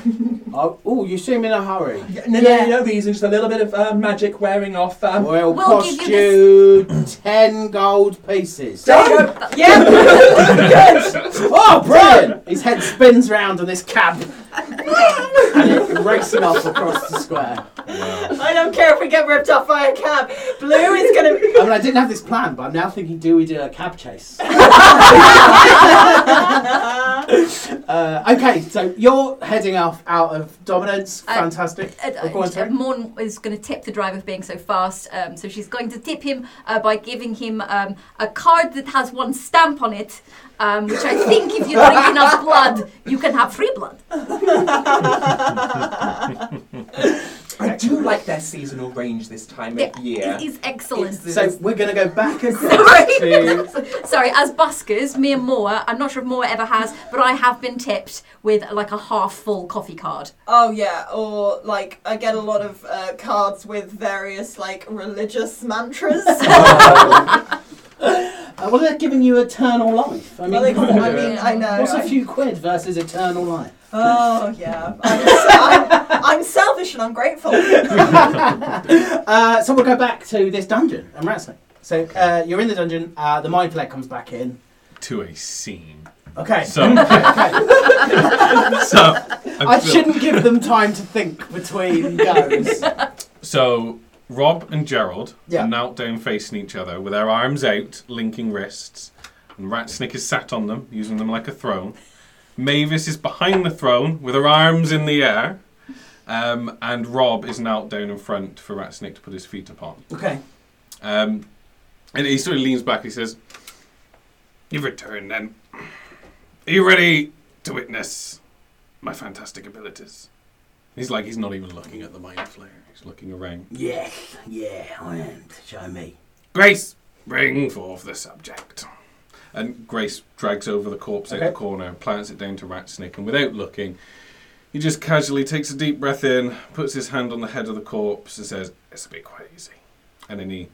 A: Oh, ooh, you seem in a hurry.
C: Yeah, no,
B: Yeah.
C: no, no, no reason. Just a little bit of uh, magic wearing off. Um,
A: We'll,
E: We'll
A: cost
E: give
A: you, ten gold pieces.
C: Done.
B: Yeah. Good.
A: Oh, brilliant! His head spins round on this cab, and it racing off across the square.
B: I don't care if we get ripped off by a cab. Blue is gonna.
A: I mean, I didn't have this plan, but I'm now thinking: Do we do a cab chase? uh, okay, so you're heading off out of dominance.
E: Uh,
A: Fantastic.
E: Uh,
A: Oh, go on,
E: uh,
A: sorry.
E: Morn is going to tip the driver for being so fast, um, so she's going to tip him uh, by giving him um, a card that has one stamp on it, um, which I think if you drink enough blood, you can have free blood.
C: I do like their seasonal range this time
E: Yeah,
C: of year.
E: It is excellent.
A: So we're going to go back across
E: Sorry.
A: to.
E: Sorry, as buskers, me and Moore, I'm not sure if Moore ever has, but I have been tipped with like a half full coffee card.
B: Oh yeah, or like I get a lot of uh, cards with various like religious mantras.
A: Uh, well, they're giving you eternal life. I mean,
B: Well, they-
A: come on.
B: I mean, I know.
A: What's a
B: I-
A: few quid versus eternal life?
B: Oh yeah, I'm, so, I'm, I'm selfish and ungrateful.
A: Uh, so we'll go back to this dungeon and wrestling. So uh, you're in the dungeon. Uh, the mind flag comes back in.
F: to a scene.
A: Okay.
F: So, so,
A: I shouldn't give them time to think between goes.
F: so Rob and Gerald
A: Yeah.
F: are knelt down facing each other with their arms out, linking wrists, and Ratsnick is sat on them, using them like a throne. Mavis is behind the throne with her arms in the air, um, and Rob is knelt down in front for Ratsnick to put his feet upon.
A: Okay.
F: Um, and he sort of leans back and he says, You've returned then. Are you ready to witness my fantastic abilities? He's like, he's not even looking at the mind flare. He's looking around.
H: Yeah, yeah, I am. Show me.
F: Grace, bring forth the subject. And Grace drags over the corpse out
A: Okay.
F: the corner and plants it down to Ratsnick. And without looking, he just casually takes a deep breath in, puts his hand on the head of the corpse, and says, It's a bit quite easy. And then he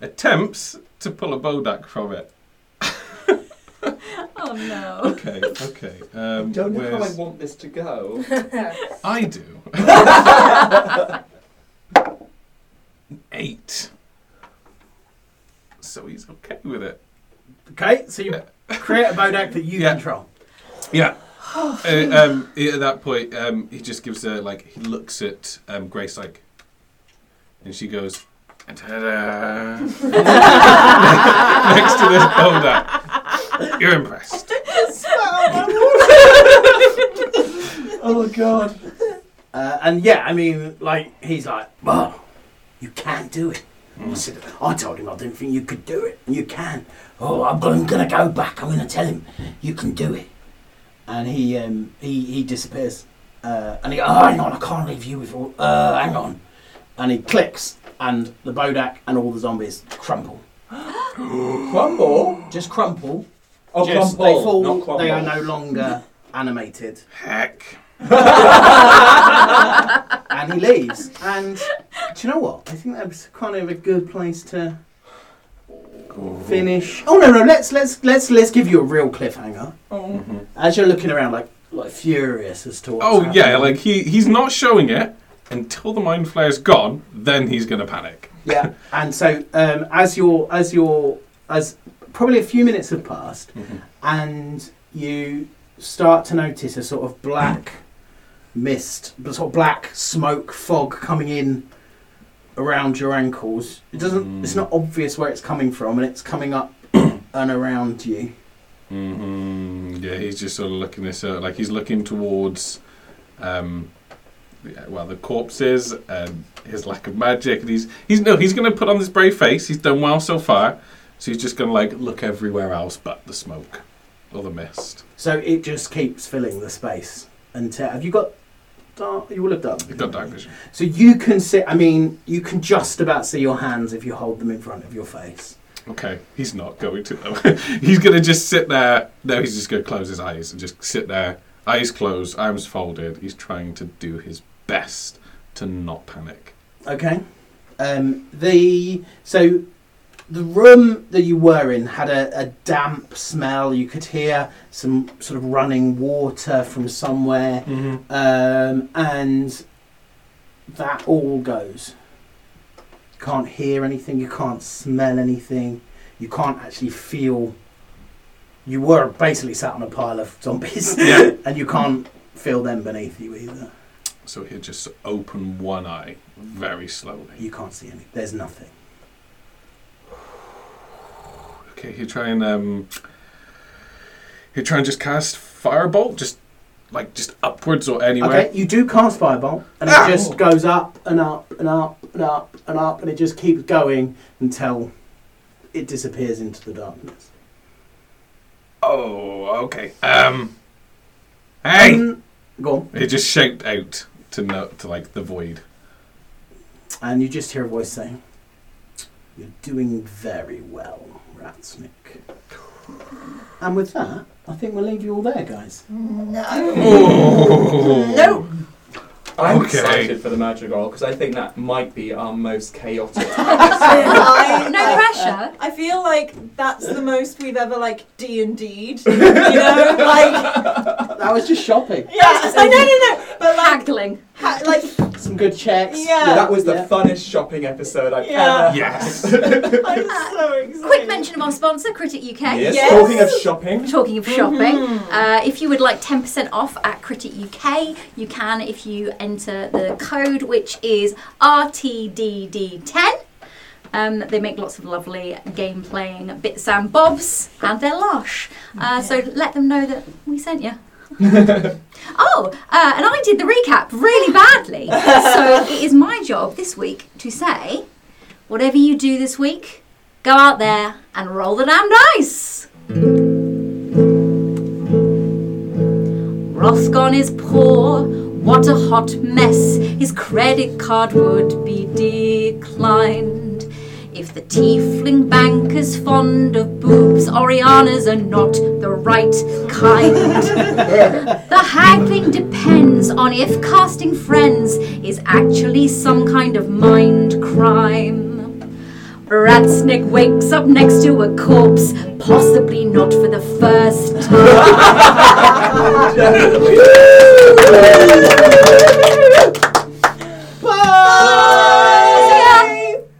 F: attempts to pull a bodak from it.
E: Oh no.
F: Okay, okay. Um,
C: Don't know how I
F: where's-
C: want this to go.
F: I do. Eight. So he's okay with it.
A: Okay. So you create a bodak that you
F: Yeah.
A: control.
F: Yeah. Uh, um, he- at that point, um, he just gives her like he looks at um, Grace like, and she goes, "Ta-da!" next to this boulder. You're impressed.
A: Oh god. Uh, and yeah, I mean, like he's like,
H: Well, you can't do it. I said, I told him I didn't think you could do it. You can. Oh, I'm going to go back. I'm going to tell him you can do it.
A: and he um, he he disappears. Uh, and
H: And
A: he
H: he oh, hang on, I can't leave you with all. Uh, hang on.
A: and he clicks, and the bodak and all the zombies crumple.
C: Crumble?
A: Just crumple.
C: Oh,
A: Just-
C: crumble,
A: they fall.
C: not crumble.
A: They are no longer animated.
F: Heck.
A: and he leaves. And do you know what? I think that was kind of a good place to finish. Oh no, no. Let's let's let's let's give you a real cliffhanger as you're looking around, like like furious as to what's
F: Oh yeah,
A: happening.
F: like he he's not showing it until the mind flare's gone. Then he's gonna panic.
A: yeah. And so um, as your as your as probably a few minutes have passed, and you start to notice a sort of black mist, b- sort of black smoke fog coming in around your ankles. It doesn't. It's not obvious where it's coming from, and it's coming up and around you.
F: hmm Yeah, he's just sort of looking this uh, like he's looking towards, um, yeah, well, the corpses and his lack of magic. And he's he's no, he's going to put on this brave face. He's done well so far, so he's just going to like look everywhere else but the smoke or the mist.
A: So it just keeps filling the space until. Have you got? Dark, you will have done.
F: He's got dark vision.
A: So you can see. I mean, you can just about see your hands if you hold them in front of your face.
F: Okay, he's not going to though. he's going to just sit there. No, he's just going to close his eyes and just sit there, eyes closed, arms folded. He's trying to do his best to not panic.
A: Okay. Um, the so The room that you were in had a, a damp smell. You could hear some sort of running water from somewhere,
F: Mm-hmm.
A: um, and that all goes. Can't hear anything. You can't smell anything. You can't actually feel. You were basically sat on a pile of zombies,
F: Yeah.
A: and you can't feel them beneath you either.
F: So he'll just open one eye very slowly.
A: You can't see anything. There's nothing.
F: Okay, he'll try and um, he'll try and just cast firebolt, just like just upwards or anywhere.
A: Okay, you do cast Fireball, and
F: Ah!
A: it just goes up and up and up and up and up, and it just keeps going until it disappears into the darkness.
F: Oh, okay. Um, hey,
A: Um, go on.
F: he just shaped out to no, to like the void.
A: And you just hear a voice saying, You're doing very well, Ratsnick. And with that, I think we'll leave you all there, guys.
F: Oh.
E: No.
C: I'm
F: Okay.
C: excited for the Madrigal because I think that might be our most chaotic.
B: I,
E: No pressure.
B: I feel like that's the most we've ever like D and D'd. You know, like
A: That was just shopping.
B: yeah, I no, no, no, but like,
E: Haggling.
B: ha- like
A: Some good checks.
B: Yeah.
C: that was the
A: Yeah.
C: funnest shopping episode I've
B: Yeah.
C: ever.
F: Yes.
B: I'm so excited.
E: Quick mention of our sponsor, Critic UK.
C: Yes.
B: Yes.
C: Talking of shopping,
E: Talking of shopping, uh, if you would like 10% off at Critic UK, you can if you enter the code, which is RTDD10. Um, they make lots of lovely game playing bits and bobs, and they're lush. Uh, so let them know that we sent you. oh, uh, and I did the recap really badly. so it is my job this week to say whatever you do this week, go out there and roll the damn dice. Rothgon is poor, what a hot mess. His credit card would be declined. If the tiefling banker's fond of boobs, Oriana's are not the right kind. the haggling depends on if casting friends is actually some kind of mind crime. Ratsnick wakes up next to a corpse, possibly not for the first time.